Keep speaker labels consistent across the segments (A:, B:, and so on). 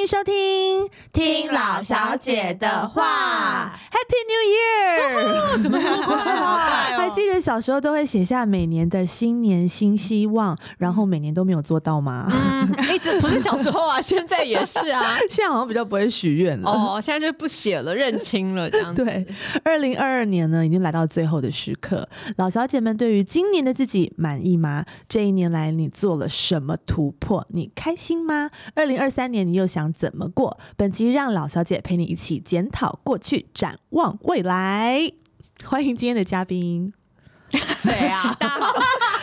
A: 迎收听《
B: 听老小姐的话
A: Happy New Year！
B: 怎么样？
A: 还记得小时候都会写下每年的新年新希望，然后每年都没有做到吗？
B: 嗯， 哎、这不是小时 候啊，现在也是啊。
A: 现在好像比较不会许愿了。
B: 哦，现在就不写了，认清了这样子。
A: 对，二零二二年呢，已经来到最后的时刻。老小姐们对于今年的自己满意吗？这一年来你做了什么突破？你开心吗？二零二三年你又想怎么过？本集让老小姐陪你一起检讨过去，展望未来。欢迎今天的嘉宾，
B: 谁 啊？大家好，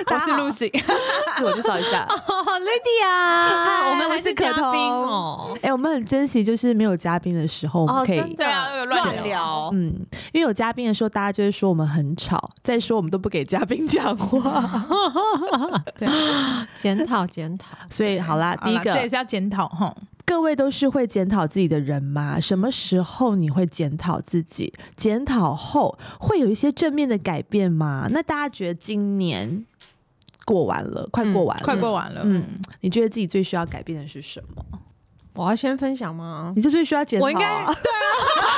A: 大家好
B: 我是 Lucy。
A: 自我介绍一下。
B: 哦，Lydia，
A: 嗨
B: 我们还
A: 我是可
B: 嘉
A: 彤
B: 宾哦。
A: 哎、我们很珍惜，就是没有嘉宾哦的时候，我们可以、
B: 真的
C: 对啊，那个乱聊。
A: 嗯，因为有嘉宾的时候，大家就会说我们很吵，再说我们都不给嘉宾讲 话，
B: 对，检讨检讨。
A: 所以好啦，
C: 好
A: 第一
C: 啦
A: 个
C: 这也是要检讨哈。
B: 嗯
A: 各位都是会检讨自己的人吗？什么时候你会检讨自己？检讨后会有一些正面的改变吗？那大家觉得今年过完了，快过完了，
C: 快过完了，
A: 嗯
C: 嗯，
A: 你觉得自己最需要改变的是什么？
B: 我要先分享吗？
A: 你就最需要检讨、啊。
B: 我 应该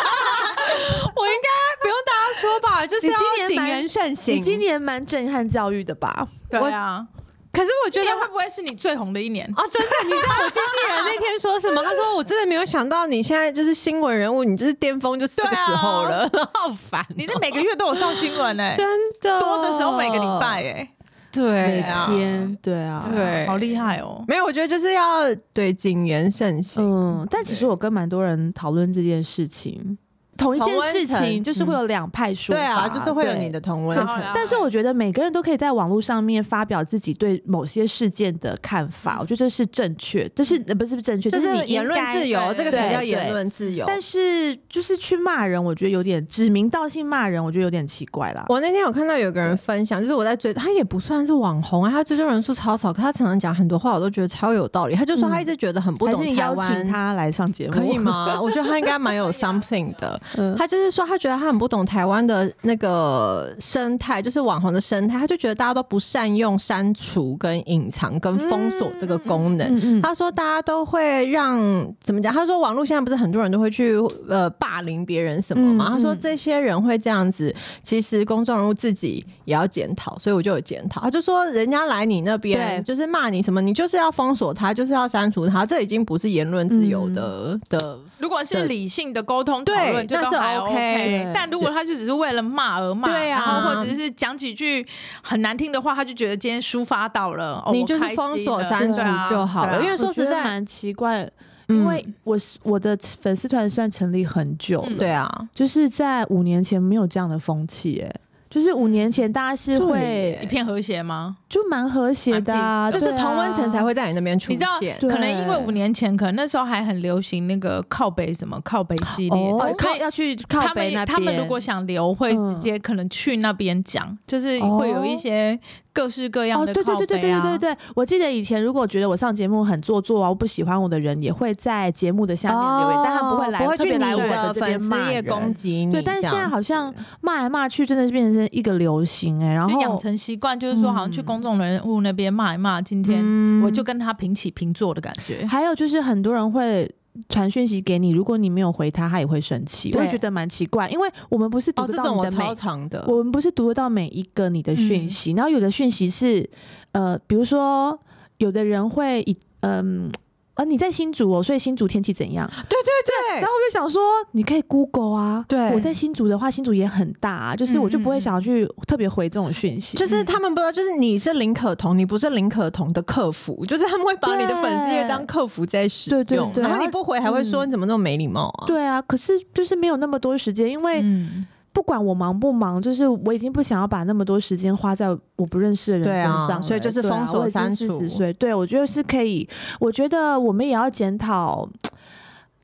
B: 我应该不用大家说吧，就是
A: 你
B: 要
A: 今年
B: 谨
A: 蛮
B: 言慎
A: 你
B: 行。
A: 今年蛮震撼教育的吧？
C: 对啊，
B: 可是我觉
C: 今
B: 得
C: 年会不会是你最红的一年？
B: 啊，真的，你知道我经纪人那天说什么？他说我真的没有想到你现在就是新闻人物，你就是巅峰就是这个时候了，好烦哦、
C: 你的每个月都有上新闻哎，
B: 真的
C: 多的时候每个礼拜哎，
B: 对
A: 每
B: 啊，
A: 天对啊，
B: 对
C: 好厉害哦。
B: 没有，我觉得就是要对谨言慎行。
A: 嗯，但其实我跟蛮多人讨论这件事情，同一
B: 同
A: 件
B: 温
A: 事
B: 层嗯
A: 情就是会有两派说法，
B: 对啊，就是会有
A: 对
B: 你的同温
C: 然后
B: 层。
C: 呢
A: 但是我觉得每个人都可以在网络上面发表自己对某些事件的看法，我觉得这是正确，这是呃不是不是正确，
B: 就
A: 这是
B: 嗯是
A: 你
B: 言论
A: 应该
B: 自由，
C: 对
B: 这个才
A: 对
B: 叫
A: 对
B: 言论自由。
A: 但是就是去骂人，我觉得有点指名道姓骂人，我觉得有点奇怪啦。
B: 我那天有看到有个人分享，就是我在追，他也不算是网红啊，他追踪人数超少，可他常常讲很多话，我都觉得超有道理。他就说他一直觉得很不
A: 还
B: 懂
A: 是你
B: 台
A: 邀
B: 湾
A: 请， 他来上节目
B: 可以？吗？我觉得他应该蛮 有 something 的。
A: 嗯
B: 他就是说，他觉得他很不懂台湾的那个生态，就是网红的生态，他就觉得大家都不善用删除、跟隐藏、跟封锁这个功能。
A: 嗯嗯，
B: 他说：“大家都会让怎么讲？他说网络现在不是很多人都会去呃霸凌别人什么嘛？
A: 嗯
B: 他说
A: 嗯
B: 这些人会这样子，其实公众人物自己也要检讨，所以我就有检讨。他就说人家来你那边
A: 对
B: 就是骂你什么，你就是要封锁他，就是要删除他，这已经不是言论自由的、
A: 嗯
B: 的
C: 如果是理性的沟通讨
B: 对
C: 论，就
B: 那
C: 都
B: 是
C: 还
B: OK，
A: 对
C: 但如果他就只是为了骂而骂，
B: 对啊
C: 然后或者是讲几句很难听的话，他就觉得今天抒发到了，哦
B: 你就
C: 我
B: 是
C: 开心
B: 封锁
C: 了
B: 删除
C: 对啊
B: 就好
C: 对
B: 了，
C: 啊
B: 因为说
A: 我
B: 实
A: 觉得
B: 在，
A: 蛮奇怪，
B: 嗯
A: 因为我是我的粉丝团算成立很久
C: 嗯
A: 了，
B: 对啊，
A: 就是在五年前没有这样的风气，哎，就是五年前大家是
B: 对
A: 会
B: 耶
C: 一片和谐吗？
A: 就蛮和谐的、啊，
B: 就是
A: 对啊
B: 同温层才。会在你那边出
C: 你知道
B: 现。
A: 啊对
C: 可能因为五年前，可能那时候还很流行那个靠北什么靠北系列，
B: 哦
A: 哦
C: 对
A: 靠
C: 所以
A: 要去靠
C: 他
A: 北
C: 们
A: 那边，
C: 他们如果想留，会
A: 嗯
C: 直接可能去那边讲，就是会有一些各式各样
A: 哦，
C: 的
A: 对对
C: 靠
A: 对对对
C: 北
A: 对
C: 啊
A: 对。对，我记得以前如果觉得我上节目很做作啊，我不喜欢我的人，也会在节目的下面留言，但啊他们不会来
B: 哦不会
A: 特
B: 去
A: 别
B: 你
A: 来我的这
B: 粉
A: 边骂
B: 丝页
A: 人。
B: 攻击你。
A: 对，但是现在好像骂来骂去，真的是变成一个流行哎、然
C: 就
A: 后
C: 养成习惯，就是说好像去公众人物那边骂一骂，今天
B: 天
A: 嗯
C: 我就跟他平起平坐的感觉。
A: 还有就是很多人会。传讯息给你，如果你没有回他，他也会生气，我也
B: 对
A: 觉得蛮奇怪，因为我们不是读
B: 哦，
A: 得
B: 这
A: 到
B: 种
A: 你
B: 我
A: 的每
B: 超长的，
A: 我们不是读得到每一个你的讯
B: 嗯
A: 息，然后有的讯息是，呃，比如说有的人会以，嗯、呃，你在新竹哦，所以新竹天气怎样？
B: 对对
A: 然后我就想说，你可以 Google 啊，
B: 对嗯
A: 我在新竹的话，新竹也很大、啊，就是我就不会想要去特别回这种讯息。
B: 就是他们不知道，就是你是林可彤，你不是林可彤的客服，就是他们会把你的粉丝页当客服在使用，
A: 对对对
B: 然后你不回还会说
A: 嗯
B: 你怎么那么没礼貌啊？
A: 对啊，可是就是没有那么多时间，因为
C: 嗯，
A: 不管我忙不忙，就是我已经不想要把那么多时间花在我不认识的人
B: 对
A: 身
B: 啊
A: 上了、
B: 所以就是封锁删除
A: 四十岁，对我觉得是可以。我觉得我们也要检讨，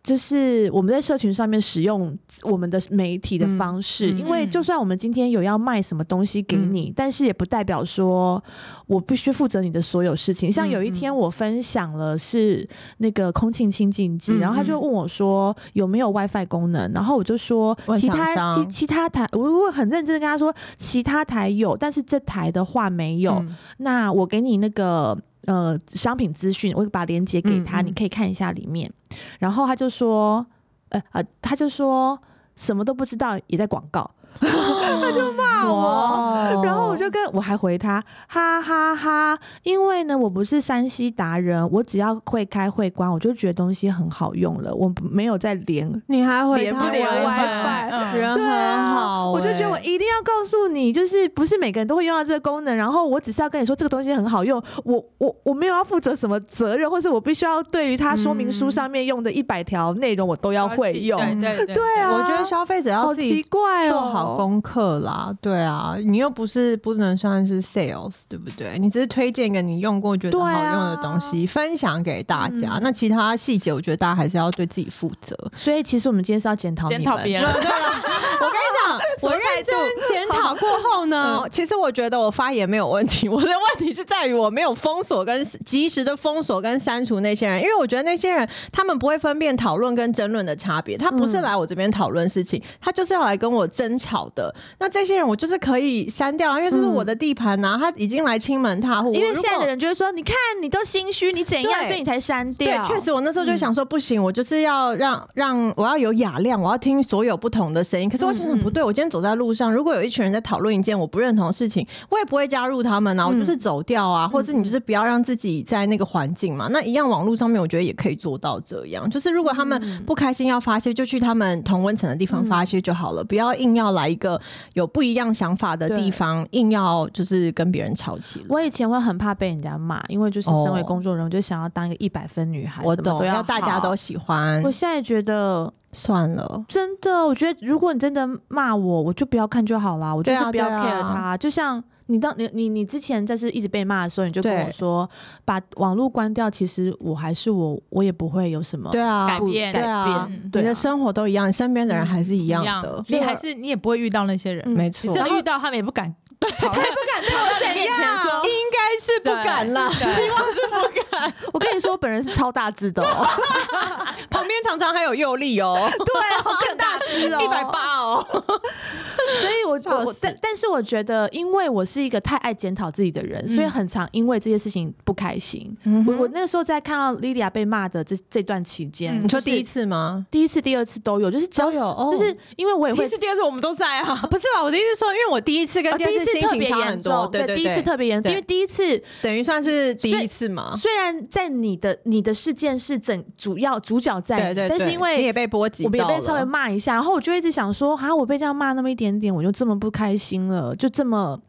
A: 就是我们在社群上面使用我们的媒体的方式，
B: 嗯嗯嗯
A: 因为就算我们今天有要卖什么东西给你，但是也不代表说我必须负责你的所有事情。像有
B: 嗯
A: 一天我分享了是那个空气清净机，
B: 嗯
A: 然后他就
B: 嗯
A: 问我说有没有 WiFi 功能，然后我就说
B: 问
A: 其
B: 厂
A: 他其
B: 商
A: 其他台，我我很认真的跟他说，其他台有，但是这台的话没有。
B: 嗯
A: 那我给你那个呃商品资讯，我把链接给他，
C: 嗯嗯
A: 你可以看一下里面。然后他就说，呃呃，他就说什么都不知道，也在广告。
B: 他就骂
A: 我然后我就跟我还回他，哈哈哈因为呢，我不是山西达人，我只要会开会关，我就觉得东西很好用了，我没有在连
B: 你还回
A: 连不
B: 他
A: 连
B: 回
A: WiFi？
C: 嗯
B: 人
A: 对
B: 很
A: 啊
B: 好欸，
A: 我就觉得我一定要告诉你，就是不是每个人都会用到这个功能，然后我只是要跟你说这个东西很好用，我我我没有要负责什么责任，或是我必须要对于它说明书上面用的一百条内容我都要会用，
C: 对
A: 嗯
C: 对
A: 对啊，
B: 我觉得消费者要
A: 好
B: 自己
A: 奇怪哦，
B: 做好功课啦，对啊，你又不是不能算是 sales，对不对？你只是推荐给你用过觉得
A: 对
B: 好
A: 啊
B: 用的东西，分享给大家。
A: 嗯
B: 那其他细节，我觉得大家还是要对自己负责。
A: 所以其实我们今天是要检讨
C: 检
A: 你
C: 讨
A: 们
C: 别人，
B: 我跟你讲，我认真检讨过后呢，
A: 嗯
B: 其实我觉得我发言没有问题，我的问题是在于我没有封锁跟及时的封锁跟删除那些人，因为我觉得那些人他们不会分辨讨论跟争论的差别，他不是
A: 嗯
B: 来我这边讨论事情，他就是要来跟我争吵的。那这些人我就是可以删掉啊，因为这是我的地盘呐、他已经来亲门踏户，
A: 嗯因为
B: 我如
A: 现
B: 果
A: 在的人就会说，你看你都心虚，你怎样，
B: 对
A: 所以你才删掉。
B: 对，确实，我那时候就想说，
A: 嗯
B: 不行，我就是要让让我要有雅量，我要听所有不同的声音。可是
A: 嗯
B: 我想想不对，我今天走在路上，如果有一群人在讨论一件我不认同的事情，我也不会加入他们啊，
A: 嗯
B: 我就是走掉啊，或者是你就是不要让自己在那个环境嘛。那一样，网络上面我觉得也可以做到这样，就是如果他们不开心要发泄，就去他们同温层的地
A: 嗯
B: 方发泄就好了，不要硬要来一个有不一样想法的地
A: 对
B: 方，硬要就是跟别人吵起来。
A: 我以前会很怕被人家骂，因为就是身为
B: 哦
A: 工作人员，我就想要当一个一百分女孩，
B: 我
A: 什么
B: 懂，
A: 都
B: 要
A: 要
B: 大家
A: 好
B: 都。喜欢
A: 我，现在觉得
B: 算了。
A: 真的，我觉得如果你真的骂我，我就不要看就好啦，我就
B: 对啊
A: 是不要
B: 对
A: care
B: 啊
A: 他。就像你当你你你之前在是一直被骂的时候，你就跟我
B: 对
A: 说把网络关掉，其实我还是我，我也不会有什么
B: 对啊，
C: 改
A: 不
C: 变嗯
A: 改
B: 对啊
A: 变，
B: 你
A: 对
B: 的
A: 啊
B: 生活都一样，你身边的人还是一
C: 一
B: 样
C: 样哦
B: 的，
C: 你还是你也不会遇到那些人，
A: 嗯
B: 没错
C: 你。真的遇到他们也不敢跑到，不敢跑到你面前说，
B: 该是不敢啦，
C: 对
A: 我 跟你说，我本人是超大只的、哦，
B: 旁边常常还有右力 哦，
A: 对、 哦，更大只哦，
B: 一百八哦，
A: 所以我我
B: 笑
A: 我
B: 死
A: 但但是我觉得，因为我是一个太爱检讨自己的
B: 嗯
A: 人，所以很常因为这些事情不开心。我我那个时候在看到莉莉娅被骂的这这段期间，
C: 嗯
B: 你
A: 就
B: 说
A: 是
B: 第一次吗？
A: 第一次、第二次都有，就是只要
B: 都有哦
A: 就是因为我也
C: 第
A: 会
C: 一。次、第二次我们都在啊，
B: 不是啦，我的意思是说，因为我第一次跟
A: 啊
B: 第
A: 第
B: 二
A: 一
B: 次
A: 次
B: 心
A: 特
B: 情
A: 别
B: 差
A: 严
B: 很多，
A: 重，
B: 对
A: 第一次
B: 对，
A: 特别严重，
B: 对啊
A: 因为第一次
B: 等于算是第一次嘛。
A: 虽然在你的你的事件是整主要主角在
B: 对
A: 你，
B: 对，
A: 但是
B: 对
A: 因为
B: 你也被波及
A: 我们也
B: 到
A: 被稍微
B: 了，
A: 骂一下，然后我就一直想说，哈，我被这样骂那么一点点，我就这么不开心了，就这么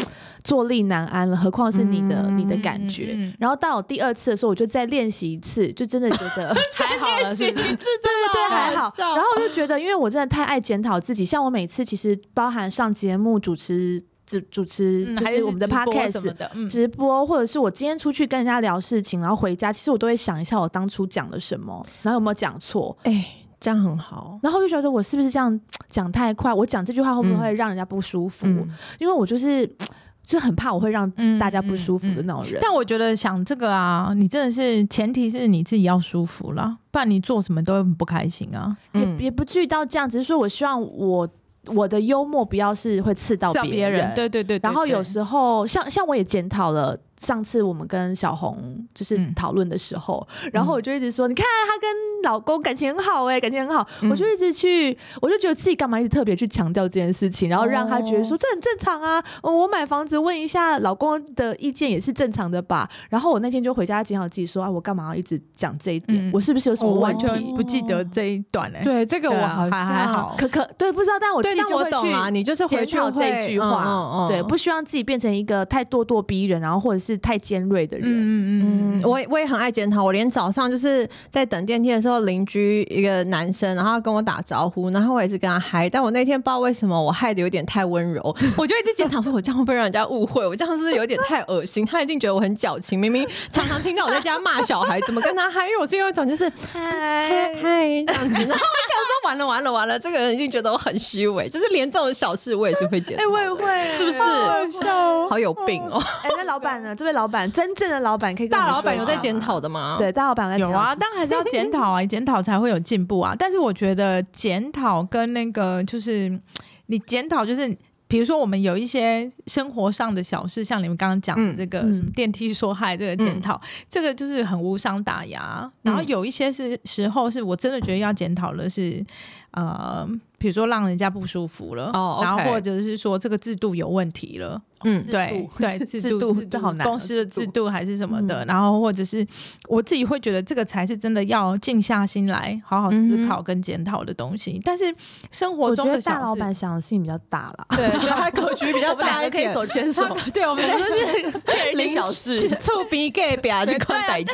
A: 坐立难安了，何况是你的、你的感觉。
C: 嗯嗯嗯
A: 然后到我第二次的时候，我就再练习一次，就真的觉 得 对
C: 还好了，是不是？
A: 对对还好。
B: 笑
A: 然后我就觉得，因为我真的太爱检讨自己，像我每次其实包含上节目主持。主主持
C: 嗯
A: 就
C: 还是
A: 我们的
C: 直播什
A: podcast，
C: 么的，嗯，
A: 直播，或者是我今天出去跟人家聊事情，然后回家，其实我都会想一下我当初讲了什么，然后有没有讲错，
B: 哎，这样很好。
A: 然后我就觉得我是不是这样讲太快，我讲这句话会不会让人家不舒服？
B: 嗯，
A: 因为我就是就很怕我会让
C: 嗯
A: 大家不舒服的那种人。
C: 但我觉得想这个啊，你真的是前提是你自己要舒服啦，不然你做什么都会很不开心啊。
A: 也也不至于到这样，只是说我希望我我的幽默不要是会刺到
C: 叫
A: 别
C: 人，对对对。对
A: 然后
C: 对
A: 有时候，像像我也检讨了上次我们跟小红就是
C: 嗯
A: 讨论的时候，然后我就一直说，你看她跟老公感情很好哎、感情很好，我
C: 嗯
A: 就一直去，我就觉得自己干嘛一直特别去强调这件事情，然后让她觉得说、这很正常啊、哦我买房子问一下老公的意见也是正常的吧。然后我那天就回家检讨自己说，啊，我干嘛要一直讲这一点？
C: 嗯
A: 我是不是有什么
C: 我
A: 问
C: 完
A: 题？
C: 全不记得这一段哎、欸，
B: 对这个
C: 对
B: 我
C: 啊
B: 好
C: 还还
B: 像
C: 好
A: 可可对，不知道，但我自
B: 对，
A: 己
B: 但
A: 就
B: 我
A: 会
B: 懂
A: 去
B: 啊，你就是回
A: 检
B: 去
A: 讨这
B: 会
A: 句话，
B: 嗯嗯嗯
A: 对，不希望自己变成一个太咄咄逼人，然后或者是太尖锐的人。
C: 嗯
B: 嗯，我也我也很爱检讨。我连早上就是在等电梯的时候，邻居一个男生，然后他跟我打招呼，然后我也是跟他嗨。但我那天不知道为什么，我害的有点太温柔，我就一直检讨说，我这样会不会让人家误会？我这样是不是有点太恶心？他一定觉得我很矫情。明明常常听到我在家骂小孩，怎么跟他嗨？因为我是有一种就是嗨
A: 嗨，
B: 嗨这样子。然后我想说，完了完了完了，这个人一定觉得我很虚伪。就是连这种小事我也是 会检讨，
A: 我也会，
B: 是不是？
A: 哦
B: 好有病哦！
A: 哎，那老板呢？这位老板，真正的老板可以跟我
B: 大
A: 们
B: 老板有
A: 说
B: 在
A: 吗
B: 检讨的吗？。
A: 对，大老板有在
C: 有
A: 检讨
C: 啊，当然还是要检 讨啊，检讨才会有进步啊。但是我觉得检讨跟那个就是你检讨就是。比如说我们有一些生活上的小事，像你们刚刚讲的这个
A: 嗯嗯嗯
C: 什么电梯说害这个检讨，这个就是很无伤大雅。然后有一些是时候是我真的觉得要检讨的是，呃，比如说让人家不舒服了，
B: 哦，OK
C: 然后或者是说这个制度有问题了，
B: 嗯
A: 制
C: 对
A: 度
C: 对，
A: 制
C: 制
A: 度
C: 度制
A: 这
C: 度
A: 好难哦
C: 公司的
A: 制
C: 制
A: 度嗯
C: 度还是什么的，然后或者是我自己会觉得这个才是真的要静下心来好好
B: 嗯
C: 思
B: 哼
C: 考跟检讨的东西。但是生活
A: 我觉
C: 中
A: 得
C: 的小
A: 大老
C: 事
A: 板想的性比较大啦，
C: 对，
B: 对他格局比较大一点。
A: 牵 手
B: 对，我们就是
A: 一些小事
B: 触鼻 gay 表这款代机，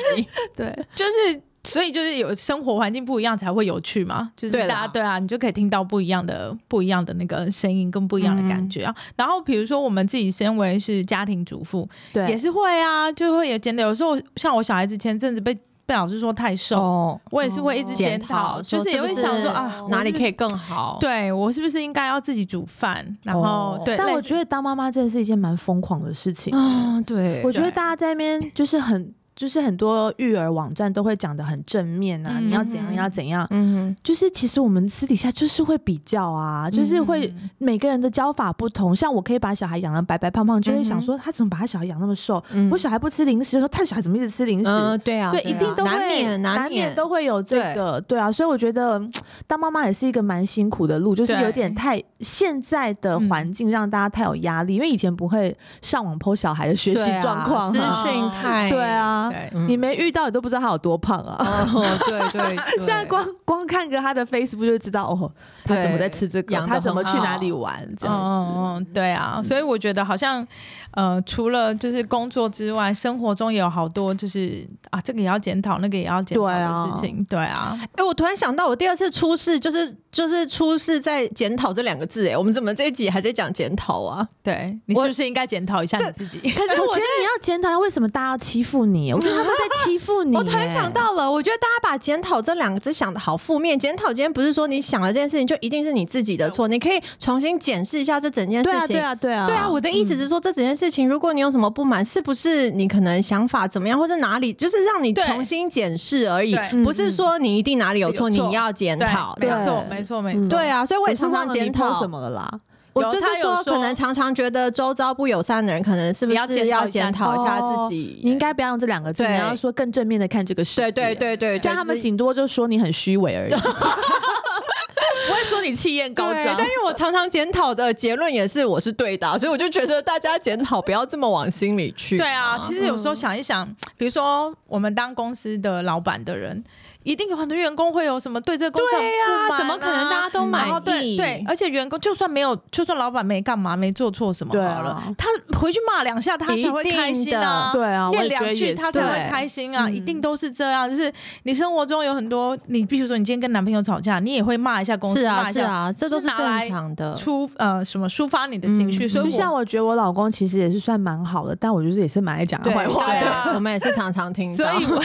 A: 对，
C: 就是。所以就是有生活环境不一样才会有趣嘛，就是
B: 对啦
C: 大家对啊，你就可以听到不一样的、不一样的那个声音跟不一样的
A: 嗯
C: 感觉啊。然后比如说我们自己身为是家庭主妇，
A: 对
C: 也是会啊，就会有检讨。有时候像我小孩子前阵子被被老师说太瘦，
B: 哦，
C: 我也是会一直检讨，就是也会想说啊，我
B: 哪里
C: 是不
B: 可以更好？
C: 是对我是不是应该要自己煮饭？然后
B: 哦
C: 对，
A: 但
C: 类
A: 我
C: 似
A: 觉得当妈妈真的是一件蛮疯狂的事情。
B: 啊，对，
A: 我觉得
C: 对
A: 大家在那边就是很，就是很多育儿网站都会讲的很正面啊，
C: 嗯
A: 你要怎样
C: 嗯
A: 要怎样。
B: 嗯
A: 就是其实我们私底下就是会比较啊，就是会
C: 嗯
A: 每个人的教法不同。像我可以把小孩养的白白胖胖，就会想
B: 嗯哼
A: 说他怎么把他小孩养那么瘦？
B: 嗯
A: 我小孩不吃零食，说他小孩怎么一直吃零食？
B: 嗯，对啊，
A: 对，一定都会
B: 难免
A: 难
B: 免
A: 免都会有这
B: 对
A: 个，对啊，所以我觉得嗯当妈妈也是一个蛮辛苦的路，就是有
C: 对
A: 点太现在的环境让大家太有压力，因为以前不会上网剖小孩的学习
B: 嗯对啊
A: 状况
B: 资
A: 哈，
B: 讯太
A: 对，啊，
C: 对，
B: 嗯
A: 你没遇到你都不知道他有多胖啊。
B: 哦，对对，对
A: 现在光光看个他的 Facebook 就知道哦，他怎么在吃这
B: 对
A: 个，
B: 养得
A: 他怎么
B: 很
A: 去哪里
B: 好
A: 玩这样子。
C: 嗯嗯，对啊，所以我觉得好像，呃，除了就是工作之外，生活中也有好多就是啊，这个也要检讨，那个也要检讨
A: 对啊
C: 的事情，对啊，
B: 哎、我突然想到，我第二次出事就是就是出事在检讨这两个字、哎，我们怎么这一集还在讲检讨啊？
C: 对你
B: 我
C: 是不是应该检讨一下你自己？
B: 可是
A: 我
B: 我
A: 觉得你要检讨一下为什么大家要欺负你，我觉得他们在欺负你。
B: 我突然想，到了，我觉得大家把“检讨”这两个字想的好负面。检讨今天不是说你想了这件事情就一定是你自己的错，你可以重新检视一下这整件事
A: 对
B: 情。
A: 啊，对啊，对啊，
B: 对啊，我的意思是说，这整件事情，如果你有什么不满，是不是你可能想法怎么样，或者哪里，就是让你
C: 对
B: 重新检视而已，
C: 对
B: 不是说你一定哪里有错，
C: 有错
B: 你要检
C: 对
B: 讨。
C: 没
B: 这样
C: 错，
A: 对
C: 没错，没
A: 嗯
C: 错，
B: 对啊，所以我也
A: 也是
B: 常
A: 忘
B: 常
A: 了
B: 检
A: 你 po
B: 讨
A: 什么了啦。
B: 我
C: 有
B: 就是
C: 他有
B: 说，可
C: 说
B: 能常常觉得周遭不友善的人，可能是不
C: 你要
B: 是
C: 检
B: 要
C: 讨一下
B: 检讨一下自己？
A: 哦你应该不要用这两个字，
B: 对
A: 你要说更正面的看这个事。
B: 对对，对对，
A: 这样他们
B: 就是
A: 顶多就说你很虚伪而已，不会说你气焰高
B: 对
A: 涨
B: 但。是我常常检讨的结论也是我是对的啊，所以我就觉得大家检讨不要这么往心里去。嗯
C: 对啊，其实有时候想一想，比如说我们当公司的老板的人，一定有很多员工会有什么对这个公司很
B: 对
C: 不满啊
B: 啊，怎么可能大家都满
C: 然后对
B: 意？
C: 对，而且员工就算没有，就算老板没干嘛，没做错什么好
A: 对
C: 了，
A: 啊
C: 他回去骂两下，他才会开心啊。
A: 对啊，我
C: 念
A: 也觉得
C: 两
A: 也
C: 句
A: 是
C: 他才会开心啊，
B: 对嗯
C: 一定都是这样。就是你生活中有很多，你比如说你今天跟男朋友吵架，你也会骂一下公司，
B: 是
C: 骂
B: 啊
C: 一
B: 是
C: 下
B: 啊，这都是
C: 就是拿来
B: 正常的。
C: 出呃什么抒发你的情绪，
B: 嗯
C: 所以
A: 就
C: 我
A: 像我觉得我老公其实也是算蛮好的，但我就是也是蛮爱讲他
B: 对
A: 坏话
B: 对
A: 的。
B: 啊我们也是常常 听
C: 所
B: 到。
C: 以我，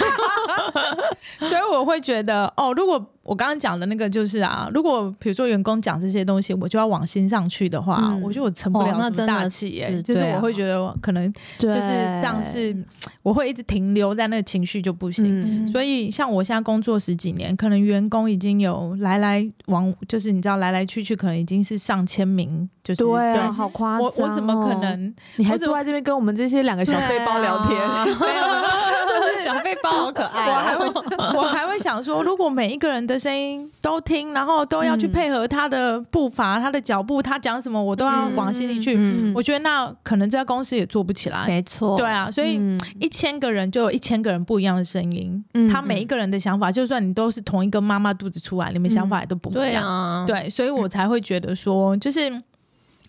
C: 所以我会觉得，哦，如果我刚刚讲的那个就是啊，如果比如说员工讲这些东西，我就要往心上去的话，
A: 嗯
C: 我觉得我成不
B: 哦
C: 了什
B: 那
C: 么
B: 真的
C: 大器耶、
B: 是
C: 就是
B: 对啊
C: 我会觉得可能
A: 对，
C: 就是这样是，我会一直停留在那个情绪就不行。
A: 嗯
C: 所以，像我现在工作十几年，可能员工已经有来来往，就是你知道来来去去，可能已经是上千名，就是
A: 对啊，好夸张。哦
C: 我我怎么可？能？
A: 你还
C: 我怎么
A: 坐在这边跟我们这些两个小背包聊天？
C: 啊
B: 没有，就是小背包好可爱
C: 我
B: 哦。
C: 还会，我还会想说，如果每一个人的声音都听，然后都要去配合他的步伐、他的脚步，他讲什么我都要往心里去，
B: 嗯
C: 我觉得那可能在公司也做不起来。
B: 没错，
C: 对，啊，所以
A: 嗯
C: 一千个人就有一千个人不一样的声音，
A: 嗯
C: 他每一个人的想法，就算你都是同一个妈妈肚子出来，你们想法也都不一
B: 对
C: 样。
B: 啊，
C: 对，所以我才会觉得说，就是。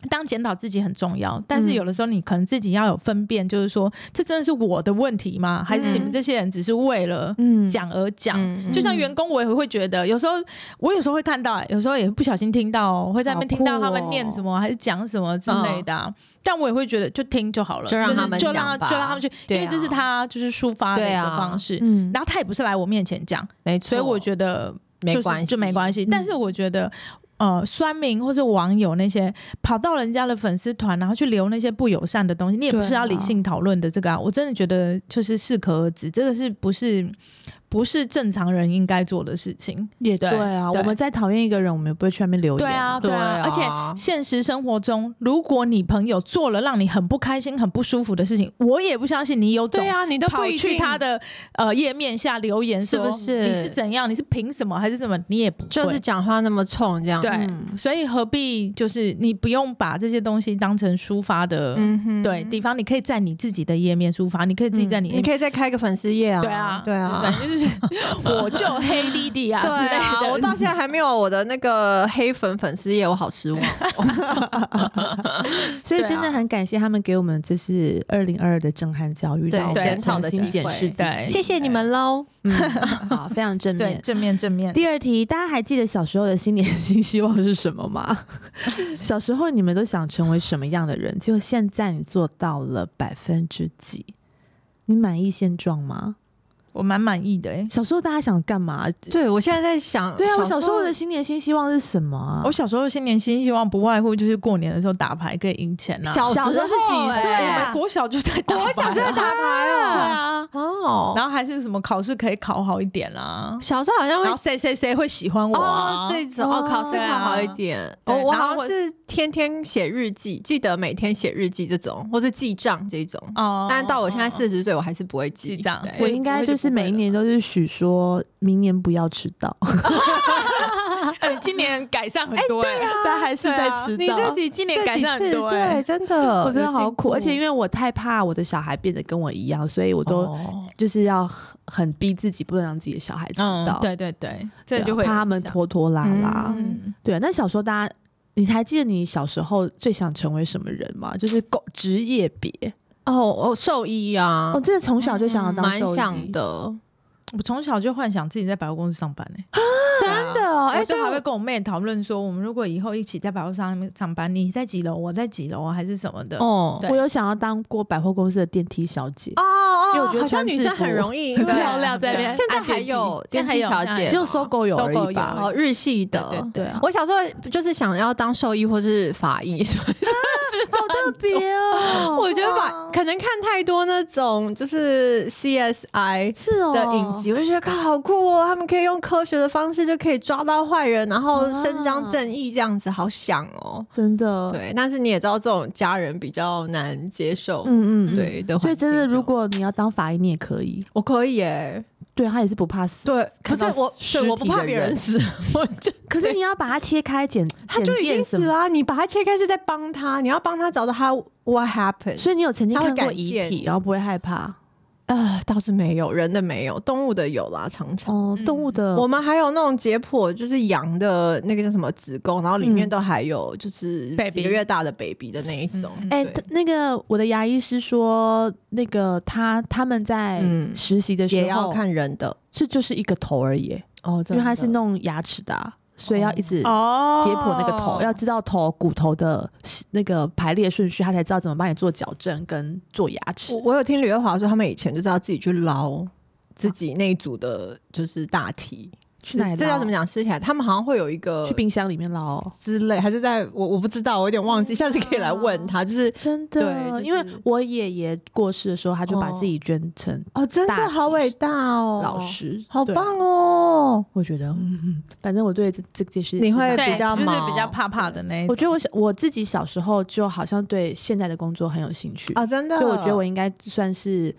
C: 当检讨自己很重要，但
B: 嗯
C: 是有的时候你可能自己要有分辨，就是说这真的是我的问题吗？还是你们这些人只是为了
A: 嗯
C: 讲而讲？
B: 嗯
C: 就像员工，我也会觉得，有时候我有时候会看到、欸有时候也不小心听到、哦，会在那边
A: 好酷
C: 听到他们
B: 哦
C: 念什么、还是讲什么之类的啊、但我也会觉得就听就好了，
B: 嗯就让他们
C: 就是就让
B: 讲吧
C: 就让他们去，
B: 对啊
C: 因为这是他就是抒发的一
B: 对
C: 个
B: 啊
C: 方式。
A: 嗯
C: 然后他也不是来我面前讲，
B: 没错，
C: 所以我觉得
B: 没
C: 就是
B: 关系，
C: 就没关系
A: 嗯。
C: 但是我觉得，呃，酸民或是网友那些跑到人家的粉丝团，然后去留那些不友善的东西，你也
A: 对啊
C: 不是要理性讨论的这个啊。我真的觉得就是适可而止，这个是不是不是正常人应该做的事情。
A: 也
C: 对
A: 啊，我们再讨厌一个人，我们也不会去外面留言。
C: 对啊，对啊，而
B: 对
C: 且
B: 啊
C: 现实生活中，如果你朋友做了让你很不开心、很不舒服的事情，我也不相信你有种
B: 对啊，你都不
C: 跑
B: 一
C: 去
B: 定
C: 他的呃页面下留言
B: 是
C: 说，
B: 不是
C: 你是怎样？你是凭什么还是什么？你也不会
B: 就是讲话那么冲这样，
C: 对啊
A: 嗯
C: 所以何必就是你不用把这些东西当成抒发的、
B: 嗯哼
C: 对地方，你可以在你自己的页面抒发，你可以自己在你页
B: 你
C: 面、
B: 可以再开个粉丝页啊，
C: 对啊
B: 嗯对啊。
C: 对就是我就黑 Lady 啊 之
B: 对
C: 类
B: 啊，
C: 的，
B: 我到现在还没有我的那个黑粉粉丝页，我好 失望。
A: 所以
C: 对啊
A: 真的很感谢他们给我们，就是二零二二的震撼教育，
B: 对
A: 让我们
C: 检讨
A: 重
C: 的
A: 新
C: 机
A: 检
C: 会
A: 视自
C: 对
A: 己。
B: 谢谢你们嗯喽。
A: 嗯，好，非常正
C: 对
A: 面。
C: 正面正面。
A: 第二题，大家还记得小时候的新年新希望是什么吗？ 小时候你们都想成为什么样的人？结果现在你做到了百分之几？你满意现状吗？
C: 我蛮满意的哎、
A: 小时候大家想干嘛？
B: 对，我现在在想，
A: 对啊，我小时候的新年新希望是什么啊？
C: 我小时候新年新希望不外乎就是过年的时候打牌可以赢钱呐、啊。
B: 小
A: 小时
B: 时
A: 候
B: 候
A: 是几岁
B: 欸
A: 啊
C: 我们国小就在打牌啊，
B: 国小就在打牌
C: 对
B: 哦。
C: 啊，
B: 哦，
C: 然后还是什么考试可以考好一点啦、
B: 小时候好像
C: 然
B: 会
C: 后谁谁谁会喜欢我啊？
B: 哦这种哦，
A: 哦
B: 考试
C: 对
B: 考
C: 啊
B: 好一点。
C: 对
B: 哦，我
C: 然后
B: 好
C: 我
B: 像是天天写日记，记得每天写日记这种，或是记账这种。
C: 哦
B: 但到我现在四十岁，我还是不会
C: 记
B: 记
C: 账
B: 对啊
A: 我
C: 所以
A: 应该就是每一年都是许说，明年不要迟到，
C: 哎今年改善很多、哎、
A: 但还是在迟
B: 啊你
A: 到。
B: 这几
C: 今年改善很
B: 这几次
C: 多哎
B: 对，真的，
A: 我真的
B: 有
A: 好
B: 进
A: 苦，
B: 步
A: 而且因为我太怕我的小孩变得跟我一样，所以我都
B: 哦
A: 就是要很很逼自己，不能让自己的小孩迟
C: 嗯
A: 到，。
C: 对对对，
A: 对
C: 这
A: 啊
C: 就会
A: 怕他们
C: 影响
A: 拖拖拉拉。
B: 嗯
A: 对啊，那小时候大家，你还记得你小时候最想成为什么人吗？就是工职业别，
B: 哦哦，兽医啊
A: 我、，真的从小就嗯想要当
B: 嗯蛮
A: 兽医
B: 想，的，
C: 我从小就幻想自己在百货公司上班呢、
A: 啊
B: 真的哦，
C: 哎，
B: 哎，
C: 就
B: 所以
C: 还
B: 我
C: 会跟我妹讨论说，我们如果以后一起在百货上面上班，你在几楼，我在几楼，还是什么的。
B: 哦
C: 对
A: 我有想要当过百货公司的电梯小姐，
B: 哦哦，
A: 因为我觉得
B: 好像
A: 穿
B: 女
A: 制
B: 生
A: 服
B: 很容易
A: 很
B: 对
A: 漂亮在那啊边
B: 现在
A: 按电
B: 还
A: 梯
B: 有
C: 现在还
B: 电梯
C: 有
B: 小
C: 现在
B: 姐
C: 还
B: 吗，
A: 只有搜狗有而
C: 搜狗
A: 已
C: 有
A: 吧。
B: 哦，日系的，
C: 对对对啊
B: 我小时候就是想要当兽医或是法医，所以
A: 好特别哦！
B: 我觉得法可能看太多那种就是 CSI
A: 是哦
B: 的影集，我就觉得看好酷哦，他们可以用科学的方式就可以抓到坏人，然后
A: 啊
B: 伸张正义，这样子好想哦。
A: 真的，
B: 对，但是你也知道，这种家人比较难接受，
A: 嗯嗯，
B: 对的环境这样。
A: 所以真的，如果你要当法医，你也可以。
B: 我可以耶，
A: 对他也是不怕死，
B: 对，不
A: 看
B: 是
A: 到
B: 我，
A: 尸
B: 对，我不
A: 体的
B: 怕别人
A: 人
B: 死， 我就
A: 可是你要把它切开、剪
B: 他就
A: 剪
B: 已经
A: 片
B: 死
A: 什么。
B: 了啊，你把他切开是在帮他，你要帮他找到他 what happened。
A: 所以你有曾经
B: 他会
A: 看过
B: 改
A: 遗
B: 建
A: 体，然后不会害怕
B: 呃，倒是没有，人的没有，动物的有啦，常常。
A: 哦。动物的
B: 嗯我们还有那种解剖，就是羊的那个叫什么子宫，然后里面都还有就是几
C: Baby
B: 个月大的 baby 的那一种。
C: 嗯
A: 哎、
B: 对
A: 他那个我的牙医师说，那个他他们在
B: 嗯
A: 实习的
B: 也
A: 时
B: 要
A: 候，
B: 看人的
A: 这就是一个头而已，
B: 哦，
A: 因
B: 真
A: 为
B: 的
A: 他是弄牙齿的啊、所以要一直
C: 哦
A: 解剖那个头，要知道头骨头的那个排列顺序，他才知道怎么帮你做矫正跟做牙齿
B: 我。我有听吕月华说，他们以前就是要自己去捞自己那一组的，就是大体，
A: 去哪里捞
B: 这叫怎么讲？吃起来，他们好像会有一个
A: 去冰箱里面捞，
B: 之类，还是在我我不知道，我有点忘记，下次可以来
A: 哦
B: 问他。就是
A: 真
B: 对就
A: 的，
B: 是
A: 因为我爷爷过世的时候，他就把
B: 哦
A: 自己捐成
B: 哦，真
A: 大
B: 的
A: 体
B: 好伟大哦，
A: 老，师，
B: 好
A: 对
B: 棒哦。
A: 我觉得，嗯反正我对这这件事情
B: 你会
C: 对
B: 比较
C: 就是
B: 毛
C: 比较怕怕的那一
A: 我
C: 种。
A: 觉得我小我自己小时候就好像对现在的工作很有兴趣，
B: 啊，真的，
A: 所以我觉得我应该算是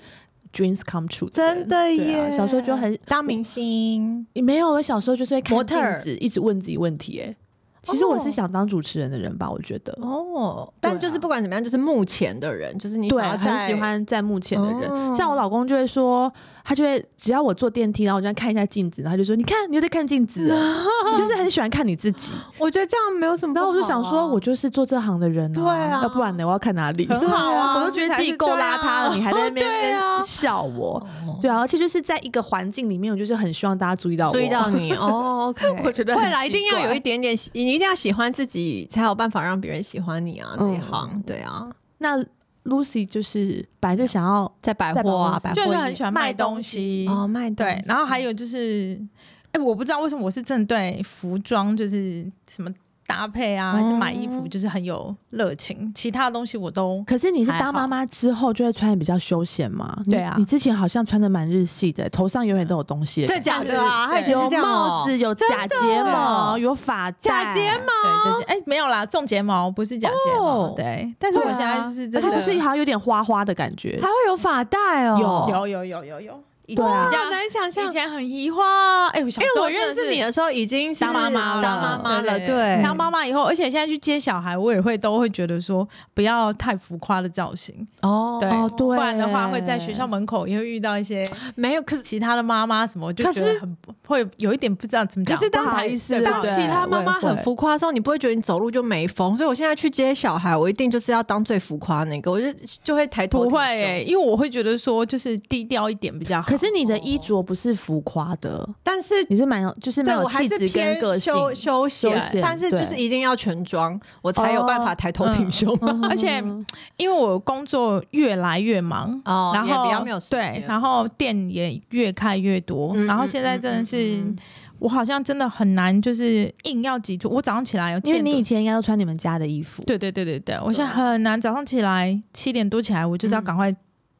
A: dreams come true 人
B: 真的
A: 对啊
B: 耶，
A: 小时候就很
B: 当明星
A: 没有，我小时候就是会看
B: 模特儿
A: 镜子，一直问自己问题、哎，其实我是想当主持人的人吧，我觉得。
B: 哦，
A: 对
B: 但
A: 啊
B: 就是不管怎么样，就是目前的人，就是你想
A: 对，
B: 要
A: 很
B: 在
A: 喜欢在幕前的人，
B: 哦
A: 像我老公就会说，他就会只要我坐电梯，然后我就看一下镜子，然后他就说：“你看，你又在看镜子 了，你就是很喜欢看你自己。
B: 我觉得这样没有什么不
A: 然
B: 好啊。
A: 后我就想说，我就是做这行的人、啊，
B: 对啊
A: 要不然呢，我要看哪里？
C: 很好啊
A: 我都觉得自己够邋遢了，你还在那边
B: 对啊哦
A: 笑 我，对啊，而且就是在一个环境里面，我就是很希望大家注意到啊我，
B: 注意到你 哦，OK，
A: 我觉得很
B: 会来一定要
A: 奇怪
B: 有一点点喜，你一定要喜欢自己，才有办法让别人喜欢你啊。这
A: 嗯
B: 一行，对啊，
A: 那 Lucy 就是本来就想要，
B: 在百
A: 在百
B: 货
A: 货
B: 啊，
A: 公
B: 百
A: 司
B: 货
C: 就是
B: 业
C: 很喜欢
A: 卖
C: 卖
A: 东
C: 东西
B: 哦，卖东
C: 对
B: 西，
C: 然后还有就是，哎、我不知道为什么我是正对服装，就是什么搭配啊，还是买衣服，就是很有热情。其他的东西我都
A: 可是你是
C: 还
A: 当妈
C: 好
A: 妈之后就会穿的比较休闲嘛？你
C: 对啊
A: 你之前好像穿的蛮日系的，头上永远都有东西的
B: 这
A: 感觉，
B: 假的啊，
C: 对
B: 他以前是
A: 有
B: 这样哦
A: 帽子，有假
B: 真的
A: 睫毛，有发
B: 假
A: 带
B: 睫。
C: 对，
B: 毛
C: 就是哎、没有啦，种睫毛不是假睫毛，
B: 哦
C: 对。但是我
B: 对啊
C: 现在就是
A: 而
C: 真
A: 且
C: 的，
A: 不是好像有点花花的感觉
B: 还，会有发带哦，
A: 有
C: 有有有有有，以
A: 对啊
C: 比较
B: 好难想象
C: 以。前很移花，哎、我小
B: 因
C: 时
B: 为
C: 候
B: 我认识你
C: 真的
B: 的时候已经是
A: 当妈妈了
B: 当妈妈了，
C: 对
B: 对，
C: 是当妈妈以后，而且现在去接小孩，我也会都会觉得说不要太浮夸的造型，
B: 哦
C: 对，
A: 哦对
C: 不然的话会在学校门口也会遇到一些
B: 没有，可是
C: 其他的妈妈什么，我就
B: 可
C: 觉
B: 是
C: 得很会有一点不知道怎么讲，
B: 可是当
C: 不好意思，
A: 当
C: 不好
B: 当
C: 意思
B: 其他妈妈很浮夸的时候，你不会觉得你走路就没风，所以我现在去接小孩，我一定就是要当最浮夸那个，我就就会抬头
C: 不
B: 挺胸
C: 会、欸，因为我会觉得说就是低调一点比较好。
A: 可是你的衣着不是浮夸的，
B: 但是
A: 你是蛮有，就是
B: 对
A: 蛮
B: 我
A: 有
B: 还
A: 气
B: 是
A: 质跟个
B: 偏
A: 性。
B: 休休
A: 休
B: 闲
A: 闲，
B: 但是就是
A: 对
B: 一定要全妆，我才有办法抬头挺胸。
C: 而且因为我工作越来越忙，
B: 哦
C: 然
B: 也
C: 后
B: 比较没有时
C: 对
B: 间，
C: 然后店也越开越多，
B: 嗯
C: 然后现在真的是、
B: 嗯嗯嗯嗯
C: 我好像真的很难，就是硬要挤出。我早上起来有哦
A: 因为
C: 七点多
A: 你以前应该都穿你们家的衣服，
C: 对对对对对，我现在
B: 啊
C: 很难早上起来七点多起来，我就是
B: 嗯
C: 要赶快。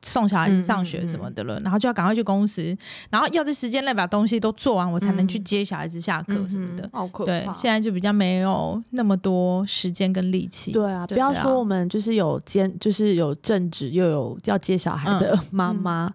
C: 送小孩去上学什么的了，然后就要赶快去公司，然后要在时间内把东西都做完，我才能
B: 嗯
C: 去接小孩子下课什么的。
A: 好可
C: 对，现在就比较没有那么多时间跟力气。
A: 对啊，不
B: 对
A: 要
C: 啊
A: 说我们就是有兼，就是有正职又有要接小孩的
B: 嗯
A: 妈妈。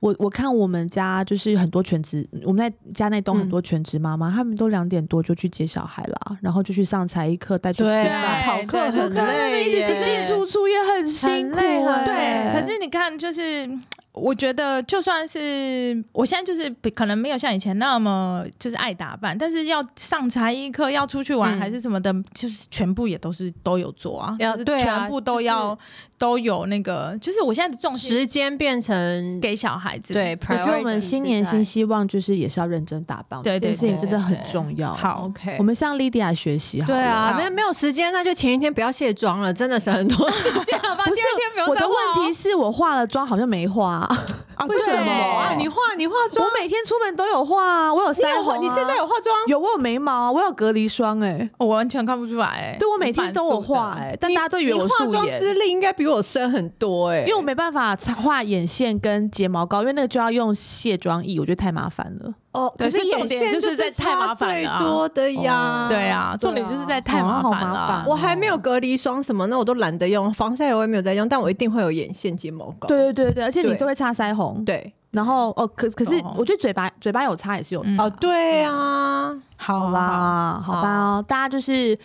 A: 我我看我们家就是很多全职，我们在家那栋很
B: 嗯
A: 多全职妈妈，她、们都两点多就去接小孩啦，然后就去上才艺课，带去吃
B: 对
A: 饭。
B: 跑课
C: 对对
B: 很
A: 可能那
B: 累
A: 边一直进进
B: 耶
A: 出出也很辛苦、
B: 累很
A: 欸
C: 对，
B: 累
C: 可是你看，就是我觉得，就算是我现在就是比可能没有像以前那么就是爱打扮，但是要上才艺课、要出去玩
B: 嗯
C: 还是什么的，就是全部也都是都有做啊，
B: 要
C: 就是
B: 对啊
C: 全部都要、都有那个，就是我现在的重心
B: 时间变成
C: 给小孩子。
B: 对，
A: 我觉得我们
B: priority
A: 新年
B: 是在
A: 新希望就是也是要认真打扮，
C: 对对
A: 这件事情
B: 对
A: 真的很
C: 对
A: 重要。
C: 好
B: ，OK，
A: 我们向莉迪亚学习好了。
B: 对啊，
C: 好
B: 没有没有时间，那就前一天不要卸妆了，真的省很多时间，好吧？
A: 不
B: 第
A: 是
B: 二天不用
A: 我
B: 再
A: 的
B: 化哦
A: 问题是我化了妆好像没化、啊，
B: 为什么啊？
C: 对
B: 你化你化妆，
A: 我每天出门都有化啊，我有
B: 你
A: 腮
B: 有
A: 红、
B: 化
A: 啊，
B: 你现在有化妆？
A: 有我有眉毛啊，我有隔离霜哎、
C: 我完全看不出来、
B: 哎
C: 欸，
A: 对我每天都有画
C: 蛮素的
A: 哎、但大家都以为我
B: 你化
A: 素
B: 妆
A: 颜，
B: 资历应该比我深很多哎、
A: 因为我没办法擦画眼线跟睫毛膏，因为那个就要用卸妆液，我觉得太麻烦了。
B: 哦，
C: 对
B: 可是
C: 所以重点
B: 眼
C: 就
B: 线
C: 是是在太麻烦了
B: 差
C: 啊
B: 最多的呀，
C: 对。啊，重点就是在太麻
A: 好
C: 烦了
A: 麻
C: 啊。
A: 烦
B: 我还没有隔离霜什么，那我都懒得用，防晒油我也没有在用，但我一定会有眼线、睫毛膏。
A: 对对对对，而且你
B: 对
A: 都会擦腮红，，
B: 对，
A: 然后哦，可可是
C: 哦
A: 我觉得嘴巴嘴巴有擦也是有擦，
C: 嗯
B: 哦对啊，
A: 好
C: 好啦，
A: 啦，好吧哦，大家就是。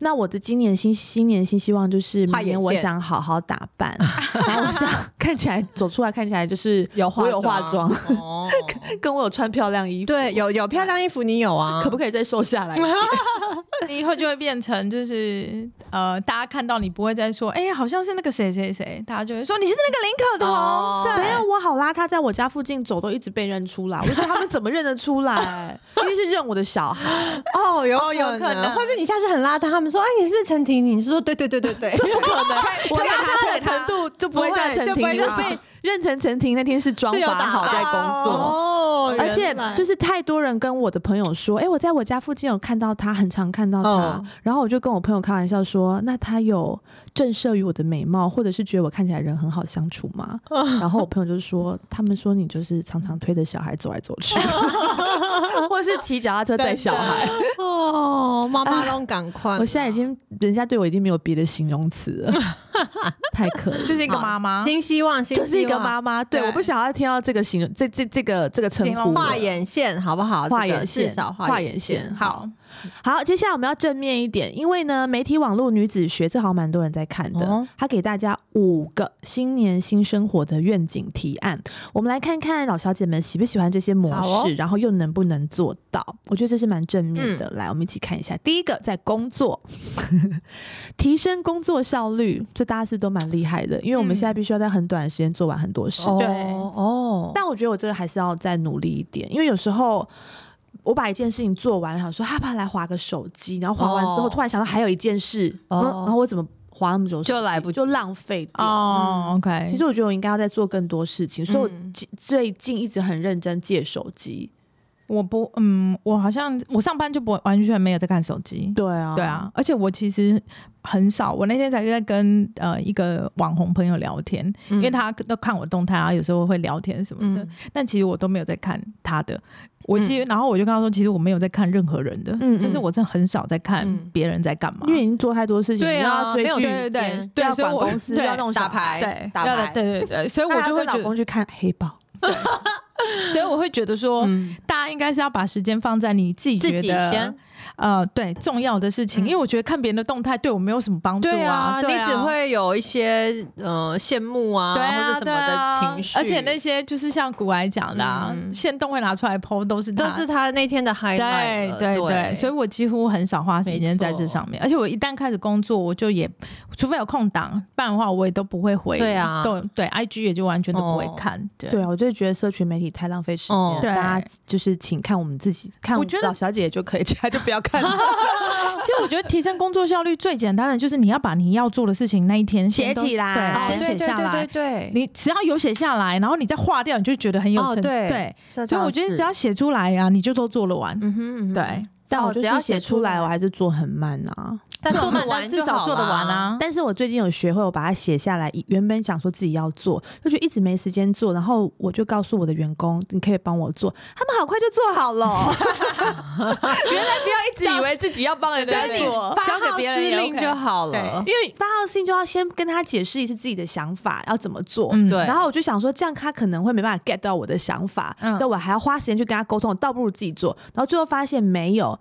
A: 那我的今年新新年新希望就是，
B: 画
A: 明年
B: 眼
A: 我
B: 线
A: 想好好打扮，然后我想 看起来走出来看起来就是
B: 有化
A: 我有化妆，
B: 哦，
A: 跟我有穿漂亮衣服，
B: 对，有有漂亮衣服，你有
C: 嗯
B: 啊？
A: 可不可以再瘦下 来？
C: 你以后就会变成就是呃，大家看到你不会再说，哎、好像是那个谁谁谁，大家就会说你是那个林可彤。
B: 哦
C: 对，
A: 没有，我好邋遢，在我家附近走都一直被认出 来，我就觉得他们怎么认得出 来？一定是认我的小孩，
B: 哦，有
A: 哦有
B: 可
A: 可能
B: 或者你下次很邋遢，他们说，哎，你是不是陈婷婷？你是说，对对对 对对，
A: 不可能，我邋遢的
C: 推他
A: 程度就不
B: 不
A: 会
B: 会
A: 像陈
B: 就不
A: 婷，
B: 会
A: 我
B: 像
A: 被认成陈婷那天是妆
C: 是有
A: 法
C: 打
A: 好在工作。
B: 哦
A: 而且就是太多人跟我的朋友说，哎、我在我家附近有看到他，很常看到他。
B: 嗯
A: 然后我就跟我朋友开玩笑说，那他有震慑于我的美貌，或者是觉得我看起来人很好相处吗？然后我朋友就说，他们说你就是常常推着小孩走来走去，或是骑脚踏车载小孩。
B: 哦，妈妈都赶快，
A: 我现在已经，人家对我已经没有别的形容词了，太可怜，
C: 就是一个妈妈，
B: 新希望，新希
A: 就
B: 望
A: 是一个妈妈。对，
B: 对
A: 我不想要听到这个形容，这这这个这个称
C: 形容
A: 呼了。
B: 画眼线，好不好？
A: 画
B: 这个
A: 眼线
B: 至少
A: 画
B: 画
A: 眼线
C: 好，
A: 好，接下来我们要正面一点，因为呢，媒体网络女子学这好像蛮多人在看的，
B: 哦
A: 她给大家五个新年新生活的愿景提案，我们来看看老小姐们喜不喜欢这些模
B: 好
A: 式，
B: 哦
A: 然后又能不能做到？我觉得这是蛮正面的。
B: 嗯
A: 来，我们一起看一下，第一个在工作，提升工作效率，这大家是都蛮厉害的，因为我们
C: 嗯
A: 现在必须要在很短的时间做完很多事。
B: 哦
C: 对
B: 哦，
A: 但我觉得我这个还是要再努力一点，因为有时候我把一件事情做完，然后说哈怕来划个手机，然后划完之后、
B: 哦
A: 突然想到还有一但是，嗯，
B: 哦
A: 然后我怎么划那么久手机，
B: 就来不及
A: 就浪费掉。
C: 哦，OK，
A: 嗯
C: 嗯
A: 其实我觉得我应该要再做更多事情，所以我
B: 嗯
A: 近最近一直很认真戒手机。
C: 我不，嗯，我好像我上班就不完全没有在看手机。
A: 对啊，
C: 对啊，而且我其实很少。我那天才在跟呃一个网红朋友聊天，因
A: 嗯
C: 为他都看我动态，然啊后有时候会聊天什么的。
B: 嗯
C: 但其实我都没有在看他的。我其实，然后我就跟他说，其实我没有在看任何人的，
A: 嗯
C: 就是我真的很少在看
B: 嗯
C: 别人在干嘛。
A: 因为已经做太多事情，
C: 对
A: 又
C: 啊，
A: 要追
C: 没有
A: 剧，
C: 对对对
B: 间
C: 对，
A: 要
C: 所以
A: 管
C: 我
A: 公司
C: 对
A: 要弄小
C: 打
A: 孩
C: 对，
A: 打
C: 要
A: 牌
C: 对对对，所以我
A: 大家
C: 就会
A: 跟
C: 觉
A: 老
C: 得，
A: 公去看黑豹，
C: 所以我会觉得说，
B: 嗯
C: 大家应该是要把时间放在你自己
B: 自
C: 觉
B: 己
C: 得
B: 先
C: 呃对重要的事情，
B: 嗯
C: 因为我觉得看别人的动态对我没有什么帮助
B: 对啊，
C: 对
B: 你只会有一些呃羡慕啊
C: 对啊
B: 或者什么的情绪，
C: 而且那些就是像古来讲的、啊，
B: 嗯
C: 现动会拿出来 PO 都是
B: 都
C: 他。
B: 是他那天的 highlight
C: 对
B: 了。
C: 对
B: 对
C: 对，所以我几乎很少花时间在这上面，而且我一旦开始工作，我就也，除非有空档，不然的话我也都不会回。
B: 对啊
C: 都对，IG 也就完全都不会
B: 哦
C: 看。对，
A: 对啊，我就觉得社群媒体太浪费时间
B: 哦
A: 了，
C: 对
A: 大家就是请看我们自己看，
C: 我觉得
A: 老小姐就可以，其他就不要看。
C: 其实我觉得提升工作效率最简单的就是你要把你要做的事情那一天先都
A: 写起来
C: 对
A: 哦
C: 先写下来
B: 对。对对
C: 你只要有写下来，然后你再划掉，你就觉得很有
B: 哦
C: 成。
B: 对
C: 对，
B: 对，
C: 所以我觉得你只要写出来啊，你就都做了完。
B: 嗯哼嗯哼
C: 对，
A: 但我就
B: 只要
A: 是哦写出来，我，还是做很慢啊。
B: 但
C: 做
B: 做得
C: 得
B: 完
C: 完
B: 就
C: 至
B: 好
C: 少做得完
B: 啦。
C: 啊。
A: 但是我最近有学会，我把它写下来。原本想说自己要做，就觉得一直没时间做，然后我就告诉我的员工，你可以帮我做，他们好快就做好 了。原来不要一直以为自己要帮人家
B: 对
A: 做。
B: 发
C: 交给
B: 号
C: 别人
B: 施
C: 也
B: 令
C: OK
B: 就好了。
A: 因为发号信就要先跟他解释一次自己的想法要怎么做，
C: 嗯
B: 对
A: 然后我就想说，这样他可能会没办法 get 到我的想法，
C: 嗯
A: 所以我还要花时间去跟他沟通，倒不如自己做。然后最后发现没有，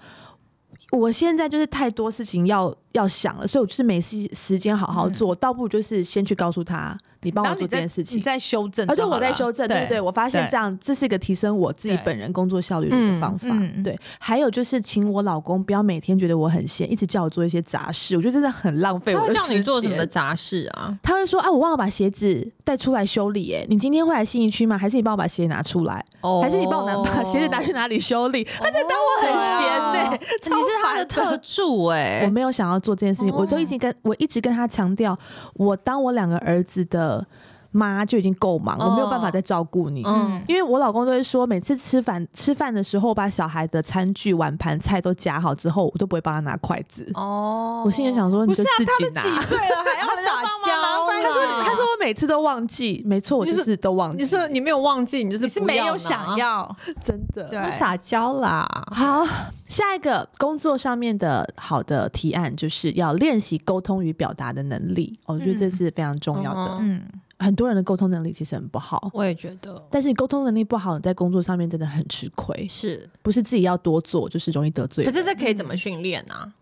A: 我现在就是太多事情要要想了，所以我就是没时时间好好做，倒不如就是先去告诉他，你帮
C: 嗯然
A: 我做
C: 后你
A: 这
C: 再
A: 件事
C: 你
A: 情。
C: 再修正就
A: 而
C: 好
A: 且
C: 了。
A: 我在修正，对对对，我发现
C: 对
A: 这样这是一个提升我自己
C: 对
A: 本人工作效率的一个
B: 嗯
A: 方法。
C: 嗯
A: 对，还有就是请我老公不要每天觉得我很闲，一直叫我做一些杂事，我觉得真的很浪费
B: 他
A: 我
B: 会
A: 的
B: 叫你
A: 时
B: 做什
A: 间
B: 么杂事啊？
A: 他会说：“啊，我忘了把鞋子带出来修理、耶，你今天会来信义区吗？还是你帮我把鞋拿出来？
B: 哦
A: 还是你帮我拿把鞋子拿去哪里修理？”他在当我很闲呢、
B: 哦
A: 超
B: 你是他
A: 烦
B: 的特助哎、
A: 我没有想要做这件事情，
B: 哦
A: 我就一直跟我一直跟他强调，我当我两个儿子的妈就已经够
B: 哦
A: 忙，我没有办法再照顾你。
B: 嗯
A: 因为我老公都会说，每次吃饭吃饭的时候，我把小孩的餐具、碗盘、菜都夹好之后，我都不会帮他拿筷子。
B: 哦
A: 我心里想说，你
C: 不
A: 就是自
C: 啊，他
A: 己
C: 都
A: 拿。
C: 几岁了还要人家帮忙拿筷
A: 他
C: 子
A: 说：“
B: 啊
A: 他说我每次都忘记，没错，我
B: 你
A: 就是是都忘
B: 你
A: 记，
B: 是你没有忘记，你就是
C: 你是没有想
B: 要哦
C: 要，
A: 真的。
C: 对
B: 拿我撒娇啦。
A: 好，下一个工作上面的好的提案就是要练习沟通与表达的能力，哦我觉得这
C: 嗯
A: 是非常重要的。
B: 嗯哼
C: 嗯，
A: 很多人的沟通能力其实很不好，
B: 我也觉得
A: 但是你沟通能力不好，你在工作上面真的很吃亏，
B: 是，
A: 不是自己要多做，就是容易得罪
B: 可
A: 人。
B: 是这可以怎么训练啊？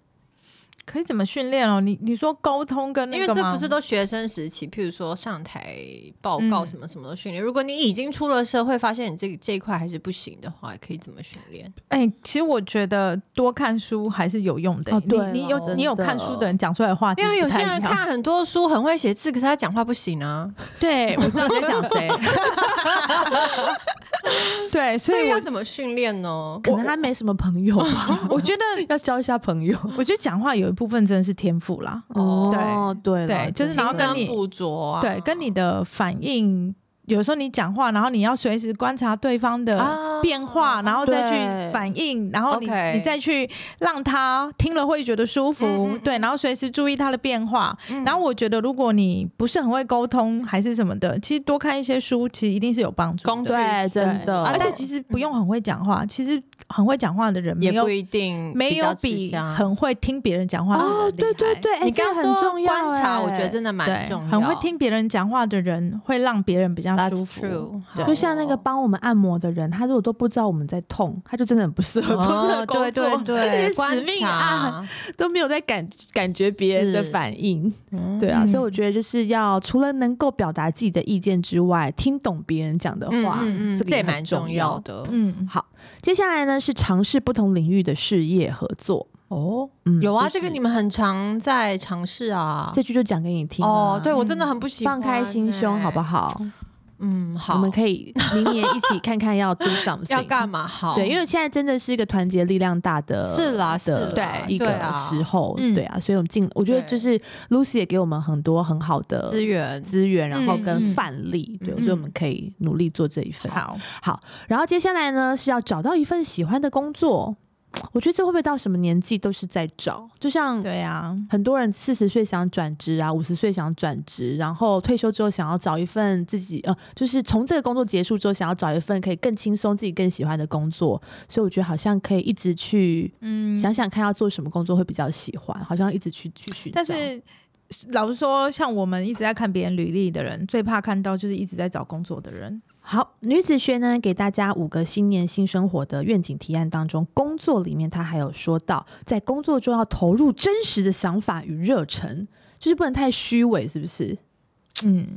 C: 可以怎么训练哦？你你说沟通跟那
B: 因
C: 个
B: 为这
C: 吗
B: 不是都学生时期，譬如说上台报告
C: 嗯
B: 什么什么的训练。如果你已经出了社会，发现你这这一块还是不行的话，可以怎么训练？
C: 哎、其实我觉得多看书还是有用的、欸
A: 哦对
C: 你你
A: 哦
C: 有你有
A: 真的
C: 看书的人讲出来的话，
B: 因为有些人
C: 其实不太一样，
B: 看很多书很会写字，可是他讲话不行啊。
C: 对我知道你在讲 谁。对，所
B: 所以
C: 以
B: 要
C: 我
B: 怎么训练呢？
A: 可能他没什么朋友
B: 啊
A: 吧，
C: 我觉得，
A: 要交一下朋友。
C: 我觉得讲话有一部分真的是天赋啦。
A: 哦，对
C: 对
A: 啦
C: 就是
A: 真
C: 然后
A: 的
C: 跟
B: 跟
C: 你
B: 捕捉啊，
C: 对，跟你的反应，有时候你讲话，然后你要随时观察对方的
B: 啊
C: 变化，然后再
A: 对
C: 去反应，然后你
B: OK
C: 你再去让他听了会觉得舒服，
B: 嗯嗯嗯
C: 对，然后随时注意他的变化。
B: 嗯
C: 然后我觉得，如果你不是很会沟通还是什么的，其实多看一些书，其实一定是有帮助
B: 工具
C: 的。
A: 对，真的，
B: 啊
C: 而且
B: 但
C: 其实不用很会讲话，其实很会讲话的人没
B: 也
C: 有
B: 不一定
C: 没有比很会听别人讲话的人
A: 哦，对
C: 厉害
A: 对对，哎
B: 你
A: 这
B: 刚
A: 个
B: 刚
A: 很
B: 说
A: 重要
B: 观察，
A: 哎
B: 我觉得真的蛮
C: 对
B: 重要，
C: 很会听别人讲话的人会让别人比较
B: That's
C: 舒服。
B: true，
C: 对
B: 好
A: 就像那个帮我们按摩的人，他如果都不知道我们在痛，他就真的很不适合做这个
B: 哦，
A: 工作，
B: 对对
A: 而
B: 对，
A: 且死
B: 观
A: 命啊按
B: 察，
A: 都没有在感感觉别人的反应，
B: 嗯
A: 对啊，
C: 嗯
A: 所以我觉得就是要除了能够表达自己的意见之外，听懂别人讲的话，
B: 嗯嗯嗯
A: 这个
B: 也
A: 也
B: 蛮
A: 很
B: 重
A: 要。
B: 的
C: 嗯，
A: 好，接下来呢是尝试不同领域的事业合作。
B: 哦。
A: 嗯，
B: 有啊，
A: 就是
B: 这个你们很常在尝试啊
A: 这。句就讲给你听啊
B: 哦哦，对我真的很不喜欢
A: 放开心胸好不
B: 好？
A: 好？
B: 嗯，
A: 我
B: 好
A: 们，可以明年一起看看要 do something，
B: 要干嘛？好，
A: 对，因为现在真的是一个团结力量大的，
B: 是啦是
A: 的
B: 啦
A: 一个
B: 对啊
A: 时候，
C: 嗯
A: 对啊，所以我们尽，我觉得
B: 对
A: 就是 Lucy 也给我们很多很好的
B: 资源，
A: 资源，然后
C: 嗯
A: 跟
C: 嗯
A: 范例，对，
B: 嗯
A: 我觉得我们可以努力做这一份。
C: 好，
A: 好，然后接下来呢是要找到一份喜欢的工作，我觉得这会不会到什么年纪都是在找，就像
C: 对啊，
A: 很多人四十岁想转职啊，五十岁想转职，然后退休之后想要找一份自己呃，就是从这个工作结束之后想要找一份可以更轻松、自己更喜欢的工作。所以我觉得好像可以一直去
C: 嗯，
A: 想想看要做什么工作会比较喜欢，好像一直去去寻找。
C: 但是老实说，像我们一直在看别人履历的人，最怕看到就是一直在找工作的人。
A: 好，女子学呢给大家五个新年新生活的愿景提案当中，工作里面她还有说到，在工作中要投入真实的想法与热忱，就是不能太虚伪，是不是？
C: 嗯，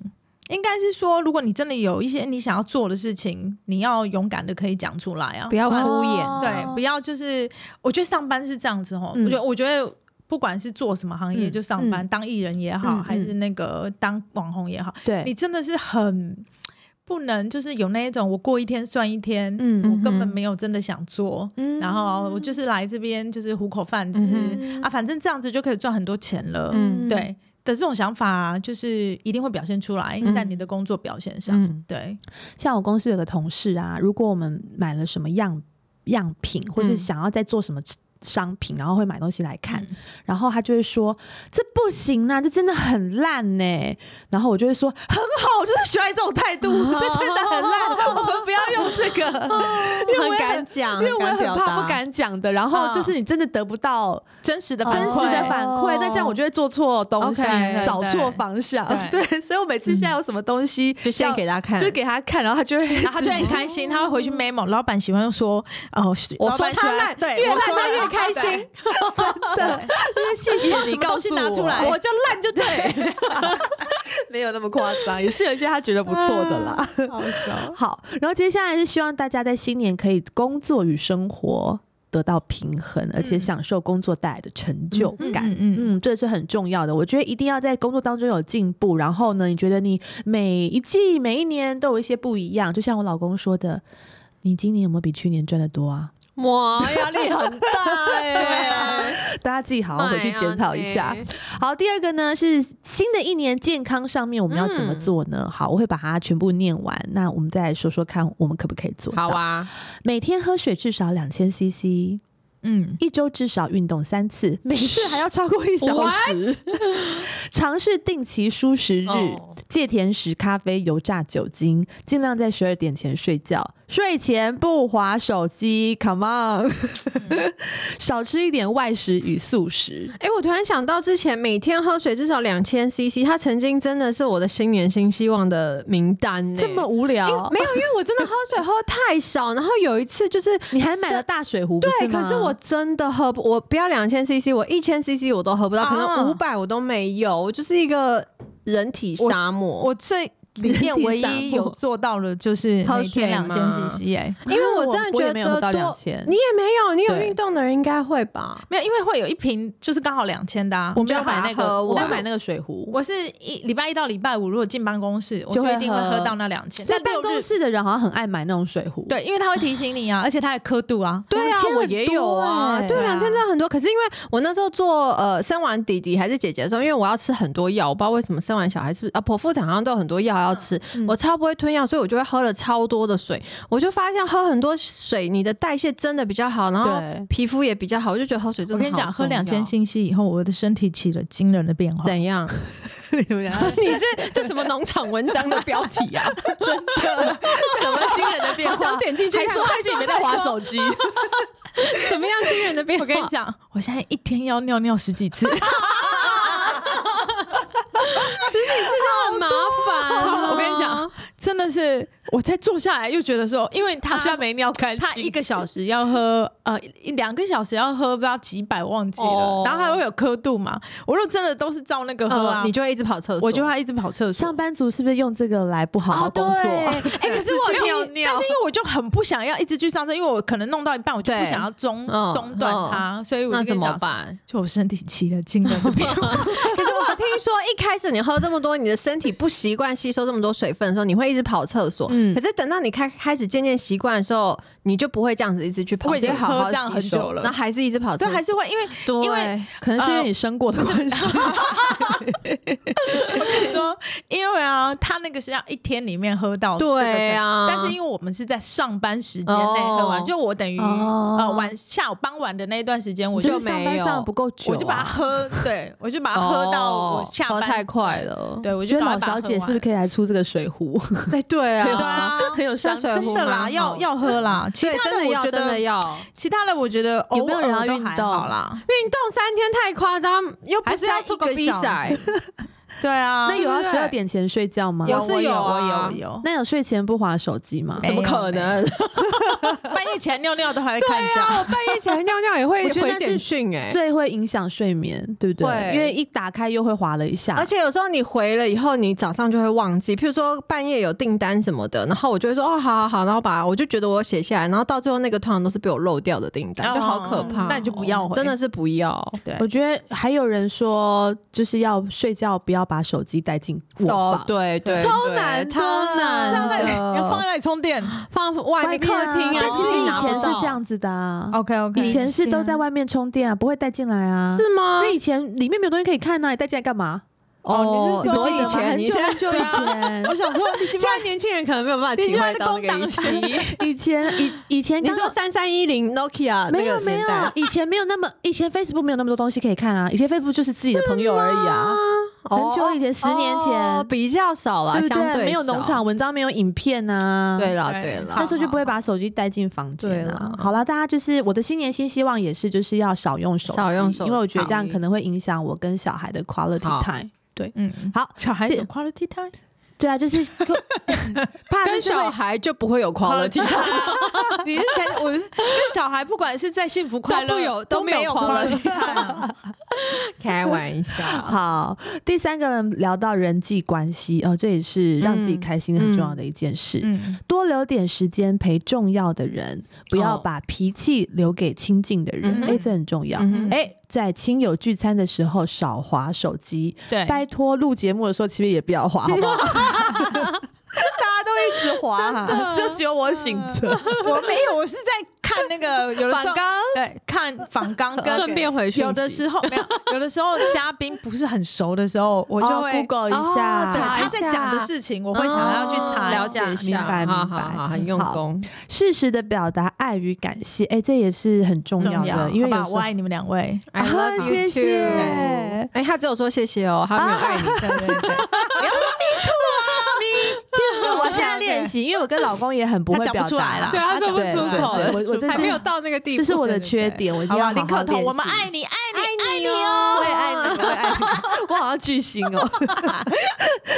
C: 应该是说，如果你真的有一些你想要做的事情，你要勇敢的可以讲出来啊，
B: 不要敷
C: 然
B: 衍，
C: 对，不要就是，我觉得上班是这样子
A: 啊
C: 哦、
A: 嗯
C: 我觉得，我觉得不管是做什么行业，
A: 嗯
C: 就上班、
A: 嗯
C: 当艺人也
A: 嗯
C: 好、
A: 嗯
C: 还是那个当网红也好，
A: 对，
C: 你真的是很不能就是有那一种我过一天算一天，
A: 嗯
C: 我根本没有真的想做。
A: 嗯
C: 然后我就是来这边就是糊口饭吃、
B: 嗯
C: 啊，反正这样子就可以赚很多钱了。
B: 嗯
C: 对的这种想法，就是一定会表现出来
B: 嗯
C: 在你的工作表现上。
B: 嗯，
C: 对，
A: 像我公司有个同事啊，如果我们买了什么样样品，或是想要再做什么商品，然后会买东西来看，
C: 嗯
A: 然后他就会说这不行啊，这真的很烂呢、然后我就会说很好，我就是喜欢这种态度，这真的很烂，我们不要用这个，因为我
B: 很
A: 也
B: 敢讲，
A: 因为我也
B: 敢
A: 很
B: 表
A: 怕
B: 达
A: 不，敢讲的。然后就是你真的得不到
C: 真实的
A: 真
B: 反
A: 实的反馈，
B: 哦
A: 那这样我就会做错东西
B: OK，，
A: 找
C: 对
A: 错方向。
C: 对
A: 对，所以我每次现在有什么东西
B: 就先
A: 要
B: 给他看，
A: 就给他看，然后他就会
C: 然后他就很开心，他会回去 memo。老板喜欢说，哦，
B: 我
C: 老
B: 说
C: 板喜
B: 他
C: 欢
B: 烂，
C: 对，
B: 越
C: 我
B: 烂
C: 说
B: 他越开
C: 对
B: 心，
A: 的，因 为谢谢你
C: 什么
A: 告
C: 东西
A: 诉
C: 拿出来
A: 我
C: 我
B: 就烂就对，
A: 没有那么夸张，也是有一些他觉得不错的啦。
C: 好 笑。
A: 好，然后接下来是希望大家在新年可以工作与生活得到平衡，而且享受工作带来的成就感。
C: 嗯嗯，
A: 嗯，这是很重要的。我觉得一定要在工作当中有进步。然后呢，你觉得你每一季、每一年都有一些不一样。就像我老公说的，你今年有没有比去年赚的多啊？
B: 哇，压力很 大哎，
A: 大家自己好好啊回去检讨一下。
B: 妈呀
A: 好，第二个呢是新的一年健康上面我们要怎么做呢？好，我会把它全部念完。那我们再来说说看，我们可不可以做到？
B: 好，啊，
A: 每天喝水至少两千 CC，
C: 嗯，
A: 一周至少运动三次，每 次还要超过一小时。 尝试定期舒食日，
B: 哦
A: 戒甜食、咖啡、油炸、酒精，尽量在十二点前睡觉。睡前不划手机，Come on，、少嗯 吃一点外食与素食。
B: 哎、我突然想到，之前每天喝水至少两千 CC，它曾经真的是我的新年新希望的名单呢、
A: 这么无
B: 因
A: 聊，
B: 没有，因为我真的喝水喝太少，然后有一次就是
A: 你还买了大水壶，不
B: 对，
A: 吗
B: 可是 我真的喝不，我不要两千 CC，我一千 CC 我都喝不到，可
C: 啊
B: 能五百我都没有，我就是一个人体沙漠。
C: 我最里面唯一有做到的就是
B: 喝
C: 每天
B: 水
C: 两千
B: 吗
C: CC 哎，
B: 因为我
A: 我
B: 真的
A: 我也
B: 觉得
A: 没有喝到
B: 多
A: 2000
B: 你也没有，你有
A: 对
B: 运动的人应该会吧？
C: 没有，因为会有一瓶就是刚好两千的啊，
A: 我没
C: 就
A: 有买
C: 把它
A: 那
B: 喝
A: 个，我没有
B: 完
A: 买那个水壶。
C: 我是一礼拜一到礼拜五，如果进办公室，我
A: 就
C: 就
A: 会
C: 一定会
A: 喝
C: 喝到那两千。
A: 但
C: 但
A: 办
C: 六
A: 公
C: 日
A: 室的人好像很爱买那种水壶，
C: 对，因为他会提醒你啊，而且他还刻度啊。
B: 对啊
A: 2000，
B: 我
A: 很
B: 也
A: 多
B: 有啊，
A: 欸
B: 对，
C: 对啊
B: 两千真的很多。可是因为我那时候做呃生完弟弟还是姐姐的时候，因为我要吃很多药，我不知道为什么生完小孩是不是啊剖腹产好像都有很多药要吃，
A: 嗯
B: 我超不会吞药，所以我就会喝了超多的水。我就发现喝很多水，你的代谢真的比较好，然后
A: 对
B: 皮肤也比较好，啊我就觉得喝水真
C: 我
B: 的
C: 跟你讲，喝两千
B: 2000
C: 信息以后，我的身体起了惊人的变化。
B: 怎样？你是这什么农场文章的标题 啊？
A: 什么惊人的变
B: 好
A: 化
B: 想？点进去
A: 还
B: 看，
A: 说
B: 快
A: 还
B: 点
A: 是你们在
B: 快
A: 划
B: 说
A: 手机？
B: 什么样惊人的变化？
C: 我跟你讲，我现在一天要尿尿十 几次，
B: 十几次就很麻烦啊。
C: 我跟你讲，真的是我在坐下来又觉得说，因为他
A: 好像没尿干净。
C: 他一个小时要喝呃一两个小时要喝不知道几百忘记了，
B: 哦
C: 然后还会有刻度嘛。我如果真的都是照那个喝啊，
B: 嗯，你就会一直跑厕所，
C: 我就会一直跑 厕 所。
A: 上班族是不是用这个来不好
B: 哦
A: 好工作？
C: 哎、可是我
A: 只去
C: 有
A: 尿尿
C: 但是因为我就很不想要一直去上厕，因为我可能弄到一半，我就不
B: 对
C: 想要中
B: 嗯
C: 中断它，所以我
B: 那
C: 就跟
B: 怎
C: 你
B: 么
C: 讲说？
B: 办？
C: 就我身体起了惊人的变化，
B: 可是我听说一开始你喝这么多，你的身体不习惯吸收这么多水分的时候，你会会一直跑厕所。
A: 嗯
B: 可是等到你开开始渐渐习惯的时候，你就不会这样子一直去跑
C: 我
B: 厕
C: 已
B: 所，
C: 经
B: 好
C: 喝
B: 好
C: 这样
B: 吸
C: 很
B: 收
C: 久了
B: 那还是一欸直跑厕
C: 对，
B: 所，
C: 还是会因为
B: 对，
C: 因为
A: 可能是因为你生过的关系，
C: 说，因为啊，他那个是要一天里面喝到这个程度，
B: 对啊
C: 但是因为我们是在上班时间内喝完，
B: 哦
C: 就我等于、
A: 哦
C: 呃晚下午傍晚的那一段时间，我
A: 就
C: 就是
A: 上班上得不够久啊、
C: 我就把它喝，对我就把它喝到我
B: 哦
C: 下
B: 呃喝
C: 班，
B: 太快了。
C: 对我
A: 觉
C: 就
A: 得
C: 赶
A: 老
C: 快把
A: 小
C: 它
A: 姐
C: 喝
A: 是不是
C: 完。
A: 可以来出这个水壶？
B: 哎，对啊，
C: 对 啊，
A: 很有商
B: 山水
C: 真
B: 壶
C: 的啦，
B: 蛮好
C: 要要喝啦。其
B: 对，
C: 他
B: 真的
C: 我
B: 要
C: 觉
B: 真的
C: 得，
B: 要
C: 其他的我觉得
A: 有没有人要
C: 偶尔都
A: 运
C: 还
A: 动
C: 好啦？
B: 运动三天太夸张，又不
C: 还是要
B: 要
C: 做
B: 一
C: 个
B: 个比
C: 小
B: 赛，
C: 对啊，
A: 那有要
C: 对不
A: 十
C: 对
A: 二点前睡觉吗？
B: 有
C: 有我
B: 是有啊
C: 我 有有，
A: 那有睡前不划手机吗？
C: 没
B: 怎么可能？
C: 半夜起来尿尿都还会看一
B: 啊，
C: 下。
B: 我半夜起来尿尿也会
A: 我觉得
B: 回
A: 那是
B: 简讯哎、
A: 最会影响睡眠，对不对？
B: 会
A: 因为一打开又会划了一下，
B: 而且有时候你回了以后，你早上就会忘记。譬如说半夜有订单什么的，然后我就会说哦，好好好，然后把我就觉得我写下来，然后到最后那个通常都是被我漏掉的订单，
C: 哦
B: 就好可怕哦。
C: 那你就不要回
B: 真的是不要。
A: 我觉得还有人说，就是要睡觉不要把手机带进卧
B: 哦
A: 房，，
B: 对对，
A: 超
B: 对
A: 难的
B: 超
A: 啊
C: 这样
B: 难
C: 在
B: 的，
C: 要放在那里充电。
B: 放外
A: 外
B: 面客
A: 面啊
B: 厅啊。
A: 但其
C: 自
A: 实
C: 己
A: 以
C: 拿
A: 前
C: 不
A: 是
C: 到
A: 这样子的啊，
C: OK OK，
A: 以前是都在外面充电啊，不会带进来啊。
B: 是吗
A: 因？为以前里面没有东西可以看呢、你带进来干嘛？
C: 哦你是说
B: 你以前，
A: 很
B: 你
A: 久
B: 现在
A: 很久以前，
C: 我想说，你今
B: 现在年轻人可能没有办法体会到那个意思。
A: 以前以以前
B: 你
A: 刚
B: 说
A: 刚
B: 三三一零 Nokia
A: 没
B: 那
A: 有
B: 个
A: 没
B: 年
A: 有
B: 代，
A: 以前没有那么，以前 Facebook 没有那么多东西可以看啊，以前 Facebook 就是自己的朋友而已啊，很久以前十年前
B: 哦比较少啦，
A: 对不
B: 相
A: 对？
B: 对
A: 没有
B: 少
A: 农场。文章，没有影片啊，
B: 对啦
C: 对
B: 对啦
A: 那，时候就不会把手机带进房间
B: 对啊
A: 了
B: 啦。
A: 好啦，大家就是我的新年新希望也是，就是要少用手机，
B: 少用手
A: 因为我觉得
B: 机
A: 这样可能会影响我跟小孩的 quality
B: 好
A: time。对
C: 嗯，
A: 好
C: 小孩有
A: 这
C: quality time，
A: 对啊，就是 怕
B: 跟
A: 就是
B: 小
A: 会
B: 孩就不会有 quality，
C: 你是才我是跟小孩，不管是在幸福快乐
B: 都不有
C: 都
B: 都没有
C: 有
B: quality
C: time
B: 开玩笑。
A: 好，第三个呢，聊到人际关系哦，这也是让自己
B: 嗯
A: 开心很重要的一件事。
C: 嗯，
A: 多留点时间陪重要的人，不要
B: 哦
A: 把脾气留给亲近的人，
C: 嗯
A: 哎、
C: 哼
A: 这很重要。
B: 嗯哼
A: 哎、在亲友聚餐的时候少划手机，
C: 对，
A: 拜托录节目的时候，其实也不要滑，好不好？ 大家都一直滑、啊，就只有我醒 着。
C: 我没有，我是在看 那个有的时候
B: 反刚
C: 对看仿纲跟
B: 顺便回讯息
C: 有的时候没有，有的时候嘉宾不是很熟的时候，我就
A: 哦
C: 会
A: Google 一下，
B: 哦
C: 对
B: 查一
C: 他在讲的事情，我会想要去查
B: 哦
C: 一下
B: 了解一下，
A: 明白
B: 好
A: 明白
B: 好好很用
A: 好
B: 功。
A: 适时的表达爱与感谢，哎、这也是很重要
C: 重要，
A: 的，因为有
C: 好吧
A: 时
C: 我
A: 候
C: 爱你们两位，
B: I
A: 啊
B: love
A: 谢
B: you
A: 谢
B: too。哎，他只有说谢谢哦，
A: 啊
B: 他没有爱你。
C: 对对对，
A: 我现在练习，因为我跟老公也很不会
C: 他讲
A: 表
C: 不出
A: 达
C: 来啦
B: 对他说不出口
A: 对对对我我这是
B: 还没有到那个地 步，
A: 这是我的缺点，我一定
C: 好吧，
A: 要
C: 林
A: 好好
C: 可彤，
A: 练
C: 我们
A: 习
C: 爱你，爱你，
B: 爱你
A: 我
B: 哦
A: 也爱你，我也爱你，我好像巨星哦。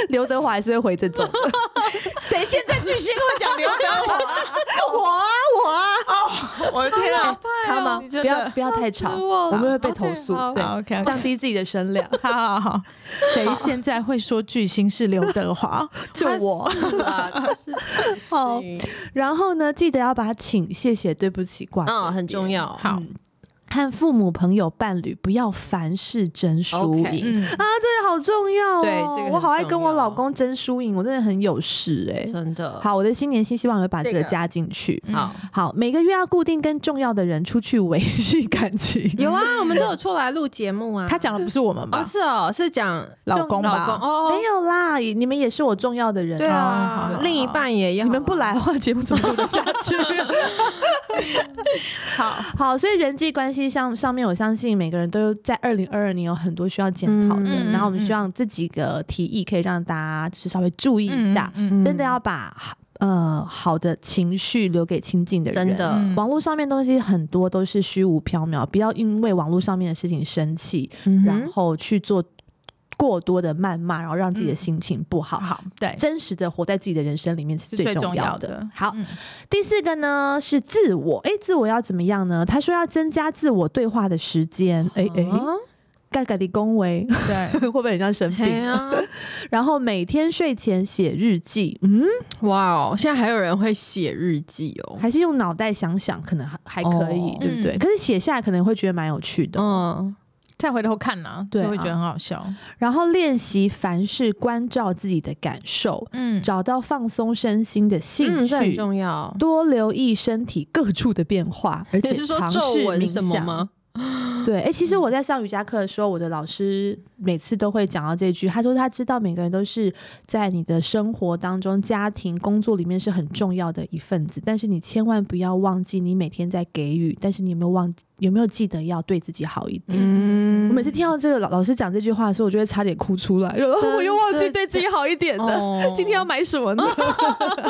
A: 刘德华还是会回这 种的，
C: 谁现在巨星会讲刘德华？
A: 我啊我啊，
C: 我的天啊！
A: 他吗？
C: 你真
A: 不
C: 的
A: 要不要太吵，
B: 死我
A: 我
B: 了
A: 们会被投诉，
B: 好
A: 对，
C: 好，OK，
A: 降低自己的声量。
C: 好好好，谁现在会说巨星是刘德 华？
A: 就我
B: 他是啊，他是巨星
A: 好然后呢，记得要把请、谢谢、对不起挂。
C: 哦
B: 嗯，很重要。
C: 好
A: 嗯，和父母、朋友、伴侣不要凡事争输
B: OK
A: 赢。
C: 嗯，
A: 啊，这个好重要哦！
B: 对这个很
A: 我好爱
B: 重
A: 跟我
B: 要
A: 老公争输赢，我真的很有事哎、
B: 真的
A: 好，我的新年新希望我会把这个
B: 这个
A: 加进去。
C: 嗯
B: 好
A: 好，每个月要固定跟重要的人出去维系感情。
B: 有啊，我们都有出来录节目啊。
C: 他讲的不是我们
B: 哦
C: 吧？
B: 是哦，是讲
C: 老公
B: 老公
C: 吧？
B: 哦，
A: 没有啦，你们也是我重要的人
B: 对
A: 啊。
C: 哦好
B: 啊
C: 好，
B: 另一半也要。
A: 你们不来的话，节目怎么录得下 去？
C: 好，
A: 好，所以人际关系上上面，我相信每个人都在二零二二年有很多需要检讨的。
B: 嗯
A: 然后我们
C: 嗯嗯
A: 希望这几个提议可以让大家就是稍微注意一
C: 嗯
A: 下，
C: 嗯
A: 真的要把呃好的情绪留给亲近的人。
B: 真的
C: 嗯
A: 网络上面东西很多都是虚无缥缈，不要因为网络上面的事情生气，
B: 嗯哼，
A: 然后去做过多的谩骂，然后让自
B: 嗯
A: 己的心情不好。
C: 嗯好，对，
A: 真实的活在自己的人生里面是最
C: 是最
A: 重
C: 重
A: 要
C: 要
A: 的。
C: 的
A: 好，
C: 嗯
A: 第四个呢是自我，哎、自我要怎么样呢？他说要增加自我对话的时间，哎哎、
B: 啊
A: 盖盖的恭维
C: 对，
A: 会不会很像生
B: 嘿
A: 病？
B: 啊，
A: 然后每天睡前写日记，嗯，
B: 哇哦，现在还有人会写日记哦。
A: 还是用脑袋想想，可能还还可以，
B: 哦
A: 对不对？
C: 嗯
A: 可是写下来可能会觉得蛮有趣的，
B: 嗯，
C: 再回头看呢，
A: 对
C: 就会
A: 啊
C: 觉得很好笑。
A: 然后练习凡事关照自己的感受，
C: 嗯，
A: 找到放松身心的兴
B: 嗯，
A: 趣
B: 这，很重要。
A: 多留意身体各处的变化，而且
B: 你是说
A: 尝试
B: 皱纹
A: 冥
B: 什么
A: 想
B: 吗？？
A: 对，哎、其实我在上瑜伽课的时候，我的老师每次都会讲到这句，他说他知道每个人都是在你的生活当中、家庭、工作里面是很重要的一份子，但是你千万不要忘记你每天在给予，但是你有没有忘有没有记得要对自己好一点？
B: 嗯，
A: 我每次听到这个老老师讲这句话的时候，我就会差点哭出来，然后
B: 真
A: 我又忘记
B: 的
A: 对自己好一点的。
B: 哦
A: 今天要买什么呢？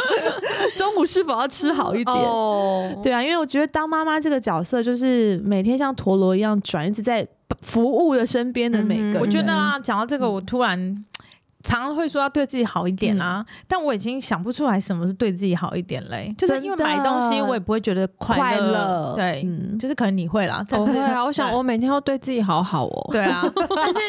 A: 中午是否要吃好一点？
B: 哦，
A: 对啊，因为我觉得当妈妈这个角色，就是每天像陀螺一样转，一直在服务的身边的每个
B: 嗯
A: 人。
B: 哼
C: 我觉得啊，讲到这个，我突然。常常会说要对自己好一点啊，但我已经想不出来什么是对自己好一点嘞、就是因为
A: 真的
C: 买东西我也不会觉得快
A: 快
C: 乐，
A: 乐，
C: 对，
A: 嗯
C: 就是可能你会啦，但
B: 我
C: 是
B: 会啊，我想
C: 对
B: 我每天都对自己好好哦。
C: 对啊，但是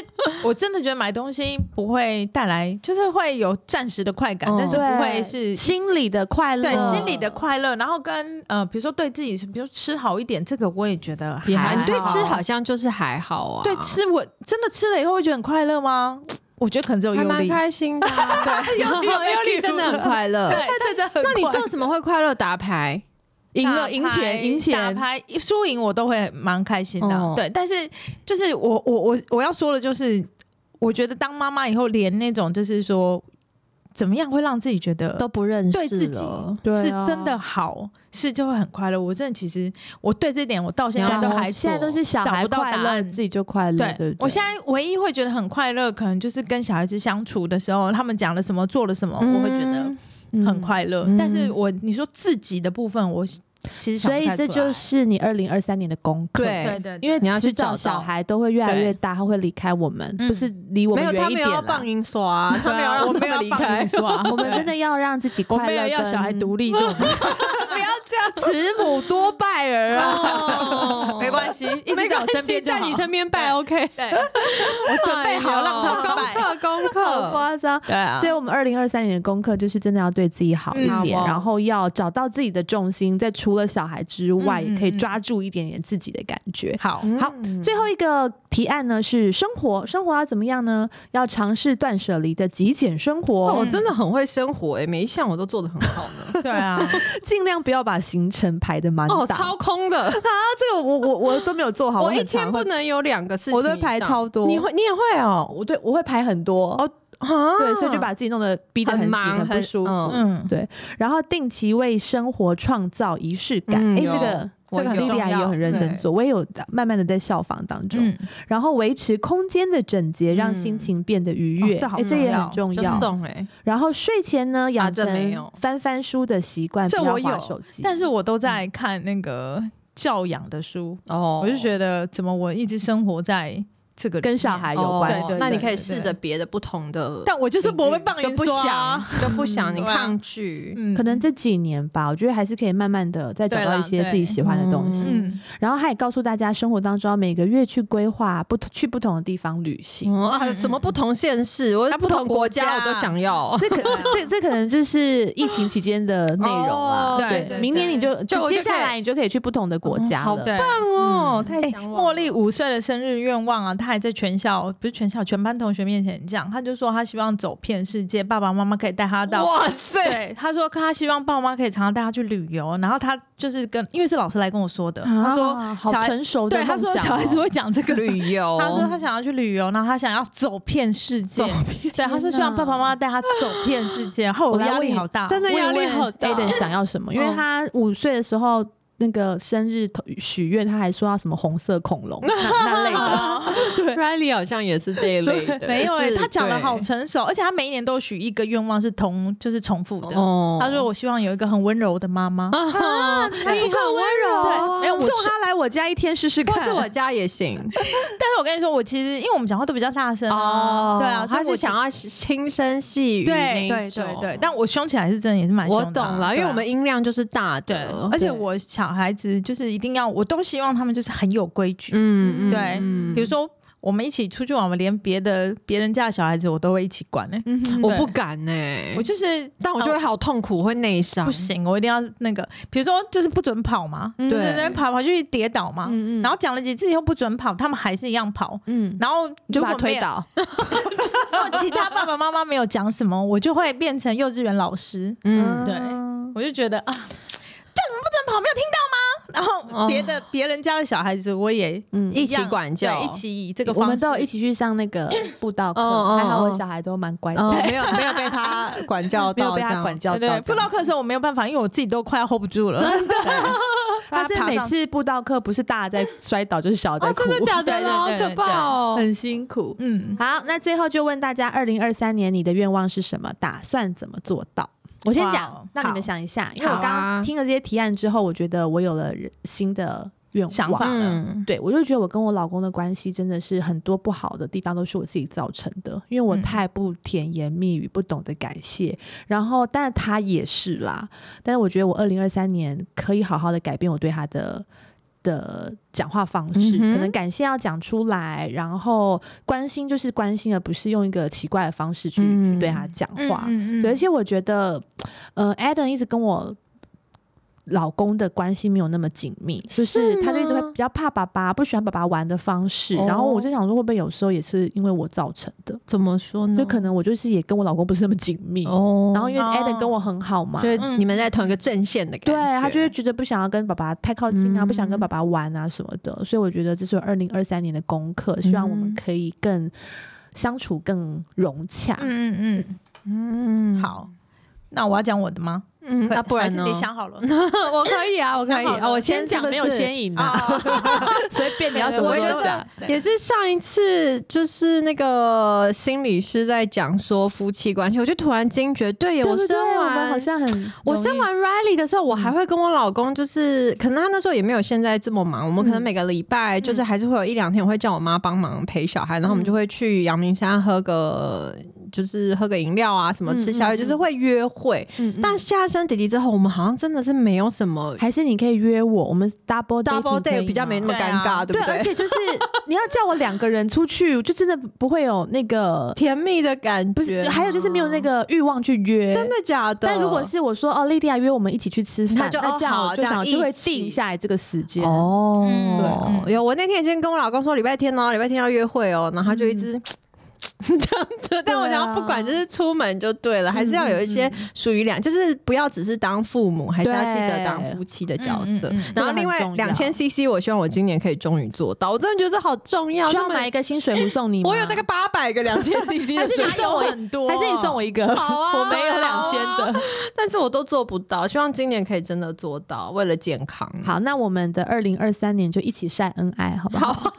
C: 我真的觉得买东西不会带来，就是会有暂时的快感，
B: 嗯
C: 但是
A: 对
C: 不会是
A: 心里哦的快乐，
C: 对心里的快乐。然后跟呃，比如说对自己，比如说吃好一点，这个我也觉得
A: 也还
C: 还
B: 你对
A: 好
B: 吃好像就是还好啊，
C: 对吃我真的吃了以后会觉得很快乐吗？我觉得可能只有
B: 还
C: 忧
B: 蛮
C: 虑。
B: 开心的啊， 对，
A: 有有 被
B: 尤力
A: cue
B: 真的很快乐。
C: 对，
A: 真的很
B: 那你
A: 快
B: 做什么会快乐？打牌，
A: 赢
C: 打
A: 了
C: 牌
A: 赢钱赢
C: 打
A: 钱，
C: 牌输赢我都会蛮开心的，
B: 哦
C: 对。但是就是我我我我要说的就是，我觉得当妈妈以后，连那种就是说怎么样会让自己觉得
B: 都不认识
C: 对自己
B: 了
A: 对
C: 是
A: 啊
C: 真的好，是就会很快乐。我真的其实我对这点我到现在
B: 然
C: 都
B: 后
C: 还
A: 现在
C: 做
A: 都是小
C: 找
A: 孩
C: 不到
A: 快
C: 答
A: 乐，
C: 案
A: 自己就快乐，
C: 对，
A: 对不对？
C: 我现在唯一会觉得很快乐，可能就是跟小孩子相处的时候，他们讲了什么，做了什么，
A: 嗯
C: 我会觉得
A: 在
C: 很。快乐。
B: 嗯
C: 但是我你说自己的部分，我其实想
A: 所
C: 不
A: 以
C: 太
A: 这
C: 出来
A: 就是你二零二三年的功课，
B: 对
C: 对对，
A: 因为
B: 你要去
A: 迟早
B: 找到
A: 小孩都会越来越
C: 对
A: 大，他会离开我们，
C: 嗯
A: 不是离我
B: 没
A: 们
B: 有
A: 远
B: 他
A: 一
B: 们
A: 点
B: 要
A: 啦
B: 放。银锁啊， 他们要让
C: 我
B: 他
C: 没有
B: 们离开。
C: 说，
A: 我们真的要让自己
C: 我
A: 快
C: 没
A: 乐
C: 有
A: 跟，
C: 要小孩独立 这种，
B: 不要这样
A: 慈母多败儿啊！
B: 哦
C: 没关系，一直在我身边就
B: 在你
C: 好
B: 身边拜 OK，哎
C: 对，我准备好让他们拜。
B: 功课功
A: 好
B: 课。
A: 夸张。
C: 对啊
A: 所以，我们二零二三年的功课就是真的要对自己好一点，
B: 嗯好哦
A: 然后要找到自己的重心，在除了小孩之外，
C: 嗯嗯
A: 也可以抓住一点点自己的感觉。
C: 好，
B: 嗯
A: 好最后一个提案呢是生活，生活要怎么样呢？要尝试断舍离的极简生
B: 哦，
A: 活
B: 我，真的很会生活诶，每一项我都做的很好 呢。
C: 对啊，
A: 尽量不要把行程排的满
B: 哦，
A: 档。
B: 超空的，
A: 啊这个我我我都没有做好，
B: 我一
A: 很
B: 天
A: 常
B: 不
A: 会，
B: 能有两个事情以
A: 我
B: 上。
A: 都会排超多。
B: 你会你也会哦，
A: 我对我会排很多，
B: 哦啊
A: 对，所以就把自己弄得逼得
B: 很
A: 紧，
B: 忙
A: 很不
B: 很
A: 舒服。
B: 嗯
C: 嗯，
A: 然后定期为生活创造仪式感，
B: 嗯
A: 哎、
B: 有
A: 这个
B: 我
A: 这个
B: 有
A: 莉莉娅也有很认真
B: 对
A: 做，我也有慢慢的在效仿当中。
C: 嗯
A: 然后维持空间的整洁，让心情变得愉悦，
C: 哦这好
A: 哎这也
C: 重要啊
A: 很重
B: 就
A: 要。
B: 送哎，
A: 然后睡前呢，养
B: 这没有
A: 成翻翻书的习惯，
C: 这
A: 不要
C: 我
A: 划
C: 有
A: 手机。
C: 但是我都在看那个教养的书，
B: 哦
C: 我就觉得怎么我一直生活在这个里
A: 嗯跟
C: 面
A: 小孩
B: 得
A: 有关
C: 哦
A: 系，
C: 对
B: 那你
C: 对
B: 可以
C: 对
B: 试
C: 对
B: 着别的不同的，
C: 但我就是不
A: 嗯
C: 会棒
B: 就
C: 人
B: 不
C: 说
B: 想
C: 啊，
B: 就不想，
C: 嗯
B: 你
C: 对啊
B: 抗拒。
C: 嗯
A: 可能这几年吧，我觉得还是可以慢慢的再找
C: 对
A: 到
C: 啦
A: 一些
C: 对
A: 自己喜欢的东西。
C: 嗯
A: 然后他也告诉大家，生活当中要每个月去规划不同去不同的地方旅
C: 嗯
A: 行。
B: 哦啊，什么不同县市，我
C: 啊
B: 不
C: 不同
B: 同国家
C: 国家
B: 我都想要。
A: 这可这这可能就是疫情期间的内容啦。
B: 哦
C: 对对对
A: 明年你就
B: 就我就
A: 接下来你就可以去不同的
C: 嗯
A: 国家
B: 好
A: 了。
C: 对。
B: 棒
C: 嗯
B: 哦，太
C: 哎
B: 想我
C: 茉莉五岁的生日愿望啊，她还在全校不是全校全班同学面前讲，她就说她希望走遍世界，爸爸妈妈可以带她到
B: 哇塞，
C: 对，他说他希望爸妈可以常常带他去旅游，然后他就是跟，因为是老师来跟我说的，
A: 啊
C: 他说
A: 好
C: 小孩
A: 成熟的
C: 对，
A: 梦
C: 他
A: 想哦，
C: 说小孩子会讲这个。
B: 旅游，
C: 他说他想要去旅游，然后他想要走遍世界
B: 走。
C: 对，他是希望爸爸妈妈带他走遍世界。然后 我
A: 我来
C: 压力
A: 问
C: 好大哦，
B: 真的
A: 问一
B: 压力
A: 问
B: 好大
A: Aden 想要什么？因为
B: 嗯
A: 他哎五岁的时候。那个生日投许愿，他还说要什么红色恐龙那那类
C: 哦
A: 的，
B: Riley 好像也是这一类的，
C: 没有哎、
B: 是
C: 他讲的好
B: 对
C: 成熟，而且他每一年都许一个愿望是同，就是重复的。
B: 哦
C: 他说我希望有一个很温柔的妈妈。
B: 啊，你很
A: 对
B: 温
C: 哎
B: 柔
C: 我
A: 送他来我家一天试试
B: 啊，或
A: 看。
B: 是我家也行
C: 但是我跟你说，我其实因为我们讲话都比较大声啊，对啊，所以
B: 哦他
C: 我
B: 是想要轻声细语
C: 对
B: 那
C: 对
B: 一种
C: 对对，但我凶起来是真的也是蛮凶
B: 我
C: 的
B: 懂
C: 啊、
B: 了，因为
C: 对啊
B: 我们音量就是大
C: 对
B: 的，，
C: 而且
A: 对
C: 我小孩子就是一定要，我都希望他们就是很有规矩，
B: 嗯
C: 对比如，说。我们一起出去玩，我连别的别人家的小孩子我都会一起管呢、
A: 嗯哼
B: 我
C: 对
B: 不敢呢、
C: 我就是，
B: 但我就会好痛苦，会内伤
C: 不。行，我一定要那个，比如说就是不准跑嘛，
A: 嗯
C: 对，在那边跑跑去跌倒嘛，
A: 嗯嗯
C: 然后讲了几次以后不准跑，他们还是一样跑，
A: 嗯，
C: 然后
A: 你
C: 如
A: 就
C: 果
A: 把他
C: 没
A: 推
C: 有，
A: 倒，
C: 如果其他爸爸妈妈没有讲什么，我就会变成幼稚园老师，
B: 嗯，
C: 对
A: 嗯
C: 我就觉得啊，叫 你们不准跑，没有听到吗？然后别的、别人家的小孩子我也
A: 嗯
B: 一
C: 一
B: 起
C: 样
B: 管教，
C: 对一起以这个
A: 我
C: 方
A: 们
C: 式，
A: 都有一起去上那 个步道课，
B: 嗯嗯
A: 还好我
B: 嗯
A: 小孩都蛮乖
B: 嗯，
A: 的，
B: 没有没有被他管 教
A: 没有
B: 到，
A: 被他管。教
C: 对
A: 到
C: 对，。
A: 这
C: 布
A: 样
C: 道课的时候我没有办法，因为我自己都快要 hold 不住了，真 的，
A: 但是
C: 爬
A: 每
C: 上
A: 次步道课不是大在摔倒，就是小在
B: 哦，
A: 哭
B: 真，的假的
C: 对对
B: 啦？好
C: 对
B: 可
C: 对
B: 怕哦！
A: 很辛苦。
C: 嗯，
A: 好，那最后就问大家，二零二三年你的愿望是什么？打算怎么做到？我先
C: 哇哦
A: 讲，让你
C: 好
A: 们想一下，因为我
B: 好
A: 刚
B: 啊
A: 刚听了这些提案之后，我觉得我有了人新的愿望
C: 想法了，
B: 嗯，
A: 对，我就觉得我跟我老公的关系真的是很多不好的地方都是我自己造成的，因为我
C: 嗯
A: 太不甜言蜜语，不懂得感谢。然后，但是他也是啦。但是我觉得我二零二三年可以好好的改变我对他的的讲话方式，
B: 嗯哼
A: 可能感谢要讲出来，然后关心就是关心，而不是用一个奇怪的方式去、去对他讲
C: 嗯
A: 话。
C: 嗯嗯
A: 对，而且我觉得，呃，Adam 一直跟我老公的关系没有那么紧密，就是
B: 是
A: 他就一直会
B: 吗哦
A: 比较怕爸爸，不喜欢爸爸玩的方式。然后我就想说，会不会有时候也是因为我造成的？
B: 怎么说呢？
A: 就可能我就是也跟我老公不是那么紧密，
B: 嗯哦，
A: 然后因为
C: 哦
A: Adam 跟我很好嘛。
B: 就是
C: 嗯
B: 你们在同一个阵线的
A: 对
B: 感觉，嗯
A: 他就会觉得不想要跟爸爸太靠近啊，不想跟爸爸玩啊什么的，所以我觉得这是二零二三年的功课，希望我们
B: 嗯
A: 可以更相处更融洽。
C: 嗯嗯嗯
B: 嗯，
C: 好，那我要讲我的吗？
B: 嗯，那不然
C: 还是
B: 呢？
C: 你想好 了。
B: 我可以啊，我可
C: 想
B: 以
C: 好了
B: 啊，我
A: 先
B: 讲
A: 讲没有先赢啊，随便你要什么
B: 我觉
A: 都
B: 得
A: 讲。
B: 也是上一次，就是那个心理师在讲说夫妻关系，我就突然惊觉，对耶，
A: 对不对
B: 生
A: 我们
B: 完
A: 好像很，
B: 我生完 Riley 的时候，我
A: 嗯
B: 还会跟我老公，就是可能他那时候也没有现在这么忙，我
A: 嗯
B: 们可能每个礼拜就是还是会有一两天，我会叫我妈帮忙陪小孩，然
A: 嗯
B: 后我们就会去阳明山喝个就是喝个饮料啊，什么吃宵夜，就是会约会。
A: 嗯，
B: 但下生弟弟之后，我们好像真的是没有什么
A: 还是你可以约我，我们 double
B: double
A: dating 可
B: day
A: 以
B: 比较没那
A: 吗
B: 么尴尬，
A: 对，
B: 不
A: 而
B: 对？
A: 且就是你要叫我两个人出去，就真的不会有那个，
B: 甜蜜的感觉，
A: 不是，还有就是没有那个欲望去约，
B: 真的。假的？
A: 但如果是我说哦，莉迪亚约我们一起去吃
B: 那
A: 饭，
B: 就
A: 那
B: 哦
A: 这样
B: 好
A: 我就
B: 这样
A: 想
B: 一
A: 就会
B: 起
A: 定下来这个时间。
B: 哦
C: 嗯
A: 对
C: 嗯
B: 有我那天已经跟我老公说礼拜天哦，礼拜天要约会哦，然后他就一直、
A: 嗯
B: 这样
A: 啊
B: 子，但我想要不管，就是出门就对了，
A: 嗯
B: 还是要有一些属于两，就是不要只是当父母，还是要记得当夫妻的角
C: 嗯嗯
B: 色。
C: 嗯嗯
B: 然后另外
A: 这个很重要
B: 两千 CC，我希望我今年可以终于做到，我真的觉得这好重要。
A: 需要
B: 这么
A: 买一个薪水壶送你吗，
B: 我有那个八百个两千 CC 的
C: 还是
B: 水
C: 你
B: 果
C: 送我很多，
A: 还是你送我一 个？
B: 好啊
A: 我没有两千
B: 好啊
A: 的。
B: 但是我都做不到，希望今年可以真的做到，为了健康。
A: 好，那我们的二零二三年就一起晒恩爱，好不好？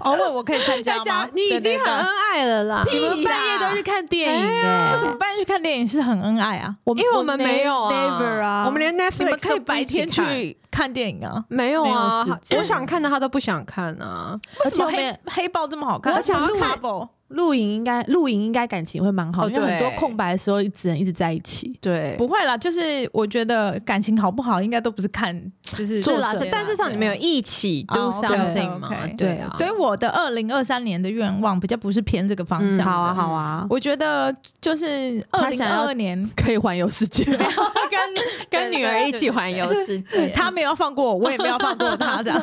C: 偶尔我可以参加
B: 大
C: 吗
B: 家？你已经很恩爱了啦，
A: 你们
C: 屁啦
A: 半夜都去看电影哎、
C: 为什么半夜去看电影是很恩爱啊？
A: 我
B: 因为我们没有啊
A: never 啊，
B: 我们连 Netflix
C: 你们可以
B: 都不
C: 白
B: 一起
C: 天
B: 看
C: 去看电影啊？
B: 没有
A: 没有
B: 啊
A: 时，间
B: 我想看的他都不想看啊。
A: 而
C: 为
A: 且
C: 什
A: 我
C: 么
A: 们也
C: 黑黑豹这么好看？
A: 我想要看
C: Marvel
A: 露营应该露营应该感情会蛮好，
B: 哦
A: 因为很多
B: 对
A: 空白的时候只能一直在一起。
B: 对，
C: 不会啦，就是我觉得感情好不好，应该都不是看，就是
A: 是啦
C: 做谁
A: 是
B: 但至少你们有一起 do
C: 哦，OK，OK，OK
B: something 嘛，啊对啊。
C: 所以我的二零二三年的愿望比较不是偏这个方向
B: 嗯
C: 的。
A: 好啊，好啊，
C: 我觉得就是
A: 他
C: 二
A: 想
C: 零
A: 要
C: 二 二年，
A: 可以环游世界。
B: 跟跟女儿一起环游世界，啊
C: 他没有放过我，我也没有放过他，这样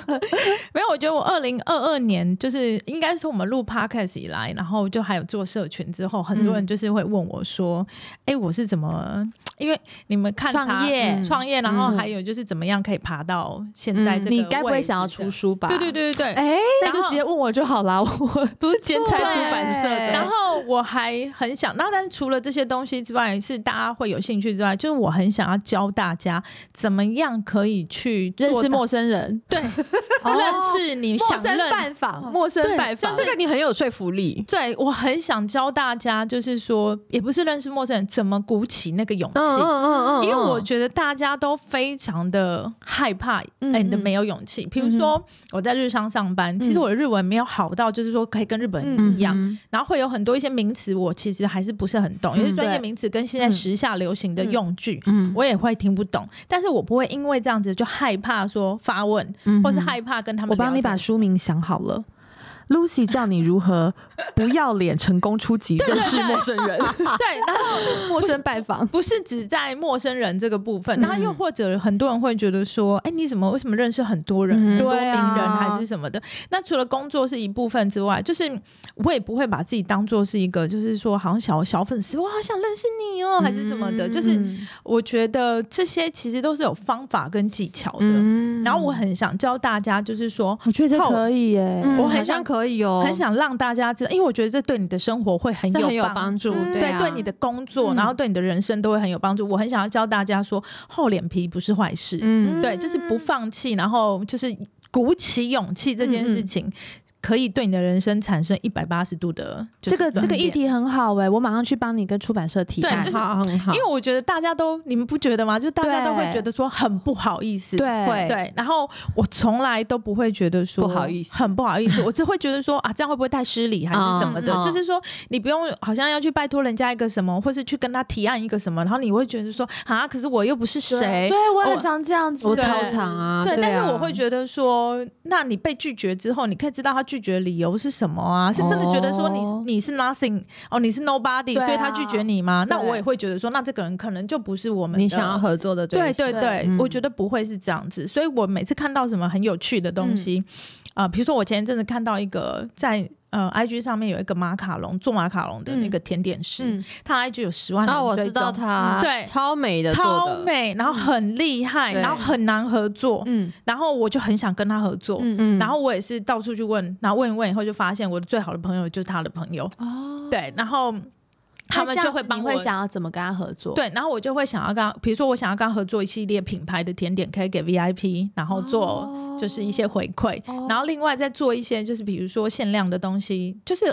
C: 没有。我觉得我二零二二年就是应该是我们录 podcast 以来，然后就还有做社群之后，很
A: 嗯
C: 多人就是会问我说：“哎、我是怎么？”因为你们看
A: 创
C: 茶
A: 业
C: 嗯创业，然后
A: 嗯
C: 还有就是怎么样可以爬到现在这个、
A: 你该不会想要出？书吧？
C: 对对，对对对。
B: 哎，
A: 那就直接问我就好啦。我
B: 不是兼
A: 差
B: 差
A: 出
B: 出
A: 版
B: 版
A: 社
B: 社
A: 的
B: 的，
C: 然后我还很想，那但是除了这些东西之外，是大家会有兴趣之外，就是我很想要教大家怎么样可以去做
A: 认识
C: 到
A: 陌生人，
C: 对， 认识你
A: 陌
C: 想
A: 生
C: 认。
A: 拜访，陌生
C: 对
A: 拜访
B: 这。个你很有说服力，
C: 对，我很想教大家，就是说，也不是认识陌生人，怎么鼓起那个勇气。
B: 嗯
C: 因为我觉得大家都非常的害怕，哎、
A: 嗯
C: 你的没有勇气。比如说我在日商上班，其实我的日文没有好到，就是说可以跟日本人一样，
B: 嗯
C: 然后会有很多一些名词，我其实还是不是很懂，有些
B: 嗯
C: 专业
A: 对
C: 名词跟现在时下流行的用具，
B: 嗯
C: 我也会听不懂，但是我不会因为这样子就害怕说发问，
B: 嗯
C: 或是害怕跟他们
A: 我
C: 聊天。
A: 帮你把书名想好了， Lucy 教你如何不要脸成功出击，认识陌生人，
C: 对，然后
A: 陌生拜访。
C: 不是只在陌生人这个部
B: 嗯
C: 分，然后又或者很多人会觉得说，哎、你怎么为什么认识很多人、很
B: 嗯
C: 多
A: 对
C: 名人
A: 啊
C: 还是什么的？那除了工作是一部分之外，就是我也不会把自己当做是一个，就是说好像小小粉丝，我好想认识你哦、还是什么的。
B: 嗯
C: 就是我觉得这些其实都是有方法跟技巧的。
B: 嗯
C: 然后我很想教大家，就是说。
A: 我觉得这
C: 后
A: 可以耶、
B: 嗯
C: 我很
B: 好像
C: 想
B: 可以哦，
C: 很想让大家知道，因为我觉得这对你的生活会很
B: 是
C: 有
B: 很有帮
C: 帮
B: 助
C: 嗯
B: 对啊
C: 对你的工作，
A: 嗯
C: 然后对你的人生都会很有帮助。我很想要教大家说，厚脸皮不是坏事，
B: 嗯
C: 对，就是不放弃，然后就是鼓起勇气这件事情，可以对你的人生产生一百八十度的就
A: 这
C: 是
A: 个这
C: 转
A: 个议
C: 变。
A: 题很好哎、我马上去帮你跟出版社提
C: 对
A: 案。
C: 就是
B: 好很好，
C: 因为我觉得大家都，你们不觉得吗？就大家都会
A: 对
C: 觉得说很不好意思，
A: 对
B: 会
C: 对，然后我从来都不会觉得说
B: 不好意思
C: 很不好意思，我只会觉得说啊，这样会不会太失礼还是什么的？
B: 嗯嗯
C: 就是说你不用好像要去拜托人家一个什么，或是去跟他提案一个什么，然后你会觉得说啊，可是我又不是谁。
A: 对我很
C: 我
A: 常这样子，欸
B: 我
C: 对
B: 超常啊，
C: 对，
B: 啊
C: 但是我会觉得说，那你被拒绝之后，你可以知道他拒绝的理由是什么啊？是真的觉得说你
B: 哦
C: 你是 nothing 哦，你是 nobody，、
A: 对啊
C: 所以他拒绝你吗？那
A: 对
C: 我也会觉得说，那这个人可能就不是我们
B: 你
C: 的
B: 想要合作的
C: 对
B: 象
C: 对
A: 对
C: 对，
B: 嗯
C: 我觉得不会是这样子，所以我每次看到什么很有趣的
B: 嗯
C: 东西，啊、比如说我前一阵子看到一个在呃 IG 上面有一个马卡龙做马卡龙的那个甜点师，
A: 嗯
C: 他 IG 有十万人
B: 啊，我
C: 追
B: 知道
C: 踪
B: 他，
C: 对
B: 超美的，做
C: 超
B: 的，嗯
C: 美，然后很厉害，
B: 对
C: 然后很难合作，
A: 嗯
C: 然后我就很想跟他合作。
A: 嗯
B: 嗯
C: 然后我也是到处去问，然后问一问以后，就发现我的最好的朋友就是他的朋友，
A: 哦，
C: 对，然后他们就会帮
A: 你
C: 我
A: 会想要怎么跟他合作？，
C: 对，然后我就会想要跟他，比如说我想要跟他合作一系列品牌的甜点，可以给 VIP，然后做就是一些回馈，
A: 哦
C: 然后另外再做一些就是比如说限量的东西，就是。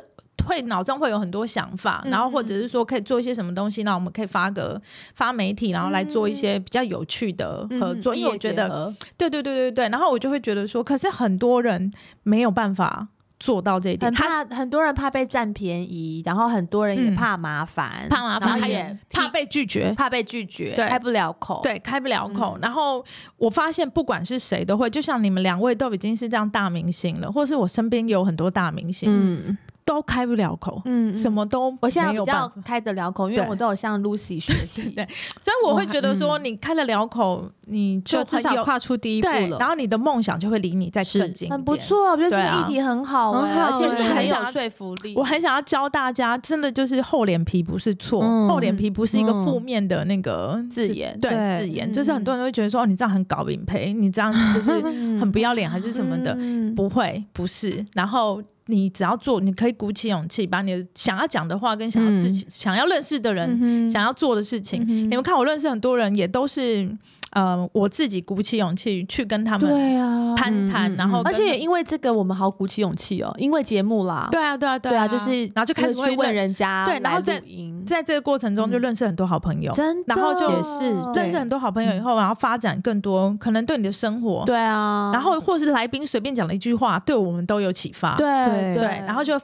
C: 会脑中会有很多想法，
A: 嗯
C: 然后或者是说可以做一些什么东西，那我们可以发个发媒体，然后来
A: 嗯
C: 做一些比较有趣的合作。因为我觉得，对对对对对，然后我就会觉得说，可是很多人没有办法做到这一点，
A: 很
C: 他
A: 怕很多人怕被占便宜，然后很多人也
C: 嗯
A: 怕麻烦，
C: 怕麻
A: 然
C: 烦，
A: 后
C: 他
A: 也
C: 也怕被拒绝，
A: 怕被拒绝，
C: 对
A: 开不了口。，
C: 对，开不了口。然后我发现，不管是谁都会，就像你们两位都已经是这样大明星了，或是我身边有很多大明星，
B: 嗯，
C: 都开不了口，
A: 嗯
C: 什？么都
A: 我现在
C: 没
A: 比
C: 有
A: 较
C: 办法。
A: 开得了口，因为
C: 对
A: 我都有向 Lucy 学习。
C: 对所以我会
B: 哇
C: 觉得说，
B: 嗯
C: 你开得了口，你
B: 就
C: 很
B: 至少
C: 有
B: 跨出第一步
C: 对，
B: 了，
C: 然后你的梦想就会离你再
B: 是
C: 更近一
A: 很不
C: 点。
A: 错，我觉得这
C: 对啊
A: 个议题很好
B: 很
A: 哎，而
B: 好
A: 且
C: 哎
A: 是很
C: 我
A: 有
C: 很
A: 说服力。
C: 我很想要教大家，真的就是厚脸皮不是错，
B: 嗯
C: 厚脸皮不是一个
B: 嗯
C: 负面的那个
A: 字眼
C: 对
B: 对
C: 字眼，
A: 嗯
C: 就是很多人都会觉得说，哦，你这样很搞品牌，你 这样就是很不要脸还是什么的。
A: 嗯
C: 不会，不是。然后你只要做，你可以鼓起勇气，把你的想要讲的话跟想要
A: 嗯
C: 事情、想要认识的人、想要做的事情，你们看，我认识很多人也都是，呃，我自己鼓起勇气去跟他们
A: 对啊，
C: 攀谈，
B: 嗯嗯
C: 然后
A: 而
C: 跟
A: 且也因为这个，我们好鼓起勇气哦，因为节目啦，
C: 对啊，对啊，
A: 对
C: 啊，
A: 啊，就是
C: 然后就开始
A: 去
C: 会
A: 问
C: 认，
A: 人家
C: 对然后
A: 来
C: 再
A: 录音
C: 在这个过程中就
A: 嗯
C: 认识很多好朋友，
A: 真的，
C: 然后就
B: 也是
C: 认识很多好朋友以后，然后发展更多，可能对你的生活，
A: 对啊，
C: 然后或是来宾随便讲了一句话，对我们都有启发，
A: 对
B: 对
C: 对，然后就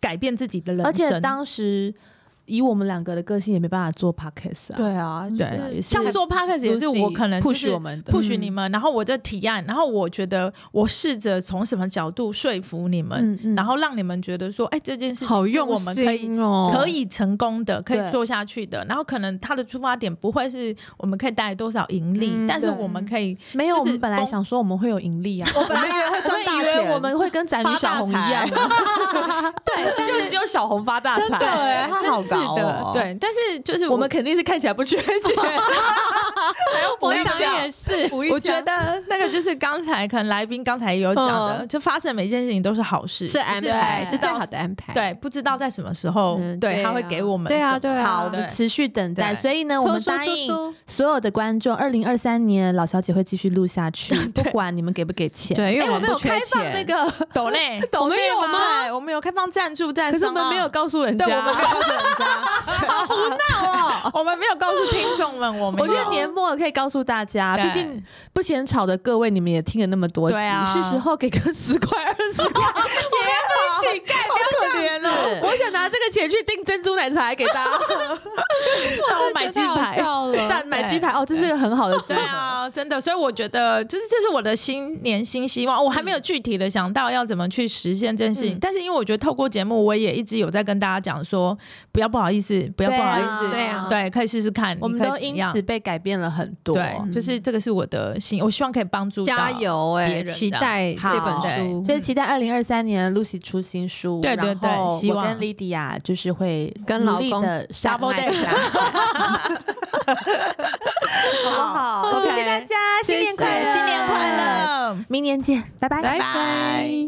C: 改变自己的人生，
A: 而且当时以我们两个的个性也没办法做 podcast 啊，
B: 对啊，
A: 对啊
B: 就是
A: 也是
C: 像做 podcast 也是我可能就
A: push
C: 是
A: 我们的，
C: 不许你们，然后我这提案，然后我觉得我试着从什么角度说服你们，
A: 嗯嗯
C: 然后让你们觉得说，哎，这件事情
B: 好
C: 是
B: 用
C: 我们可以。
B: 心哦，
C: 可以成功的，可
A: 对
C: 以做下去的，然后可能它的出发点不会是我们可以带来多少盈利，
B: 嗯
C: 但是
A: 对
C: 我们可以
A: 没有，
C: 就
A: 我
C: 是
A: 们本来
C: 公
A: 想说我们会有盈利啊，我
B: 本来以为会赚大
A: 以为
B: 钱
A: 我们会跟宅女小红一 样， 对，但是欸只有小红发大
B: 真的哎，他好
C: 是
B: 高
C: 的
B: 哦，，
C: 对，但是就是
A: 我们肯定是看起来不缺 钱，
B: 我
A: 一
B: 想
A: 下
B: 也是，
C: 我觉得那个就是刚才可能来宾刚才也有讲的，
A: 嗯
C: 就发生每件事情都是好事，
B: 是安排，
A: 对
B: 是最好的安排，
C: 对，不知道在什么时候，
B: 嗯，
C: 对
B: 啊
C: 他会给我们
B: 对
C: 什
B: 啊，
C: 么
B: 对啊，
A: 好，我们持续等待。
C: 对
A: 所以呢，我们
B: 说
A: 答
B: 说
A: 应
B: 说
A: 所有的观众，二零二三年老小姐会继续录下 去，不管你们给不给钱。
B: 对，因
A: 哎，
B: 为
A: 我
B: 们
A: 们有
B: 不缺
A: 开放
B: 钱，
A: 那个，
C: 抖内，
A: 抖内
C: 有
A: 吗？
C: 对我们有开放赞助在，啊
A: 可是我们没有，告诉人
C: 对，我们没
A: 家。
C: 有告诉人家，
B: 好胡闹哦，
C: 我们没有告诉听众们，我 们
A: 我觉
C: 有
A: 得年末可以告诉大家，
C: 对
A: 毕竟不嫌吵的各位，你们也听了那么多集
C: 对啊，
A: 是时候给个十块二十 块，我要是乞丐，
C: 好可怜哦，
A: 我想拿这个钱去订珍珠奶茶给大家，让我买鸡排，
B: 笑了，
A: 但买鸡排哦，这是个很好的机
C: 对
A: 会。
C: 啊，啊， 真的，所以我觉得就是这是我的新年新希望，我还没有具体的想到要怎么去实现这件事情，
B: 嗯
C: 但是因为我觉得透过节目，我也一直有在跟大家讲说，不要不好意思，不要不好意思，
B: 对啊
C: 对，可以试试看，
A: 我们
C: 你可以
A: 都
C: 怎
A: 因
C: 样
A: 此被改变了很多。
C: 对，就是这个是我的心，我希望可以帮助到
B: 加。油
C: 别
B: 哎、
C: 人的
B: 期待这
A: 好
B: 本书，
A: 所以期待二零二三年 Lucy 出新书，
C: 对对对
A: 然后
C: 希
A: 我
C: 望
A: 跟 Lydia 就是会
B: 跟
A: 努
B: 老
A: 力
B: 公
A: 的上
C: double
A: 麦 好不好
C: ，OK
A: ？OK，大家新年快乐，
C: 新年快，乐，
A: 明年见，拜拜，
C: 拜拜。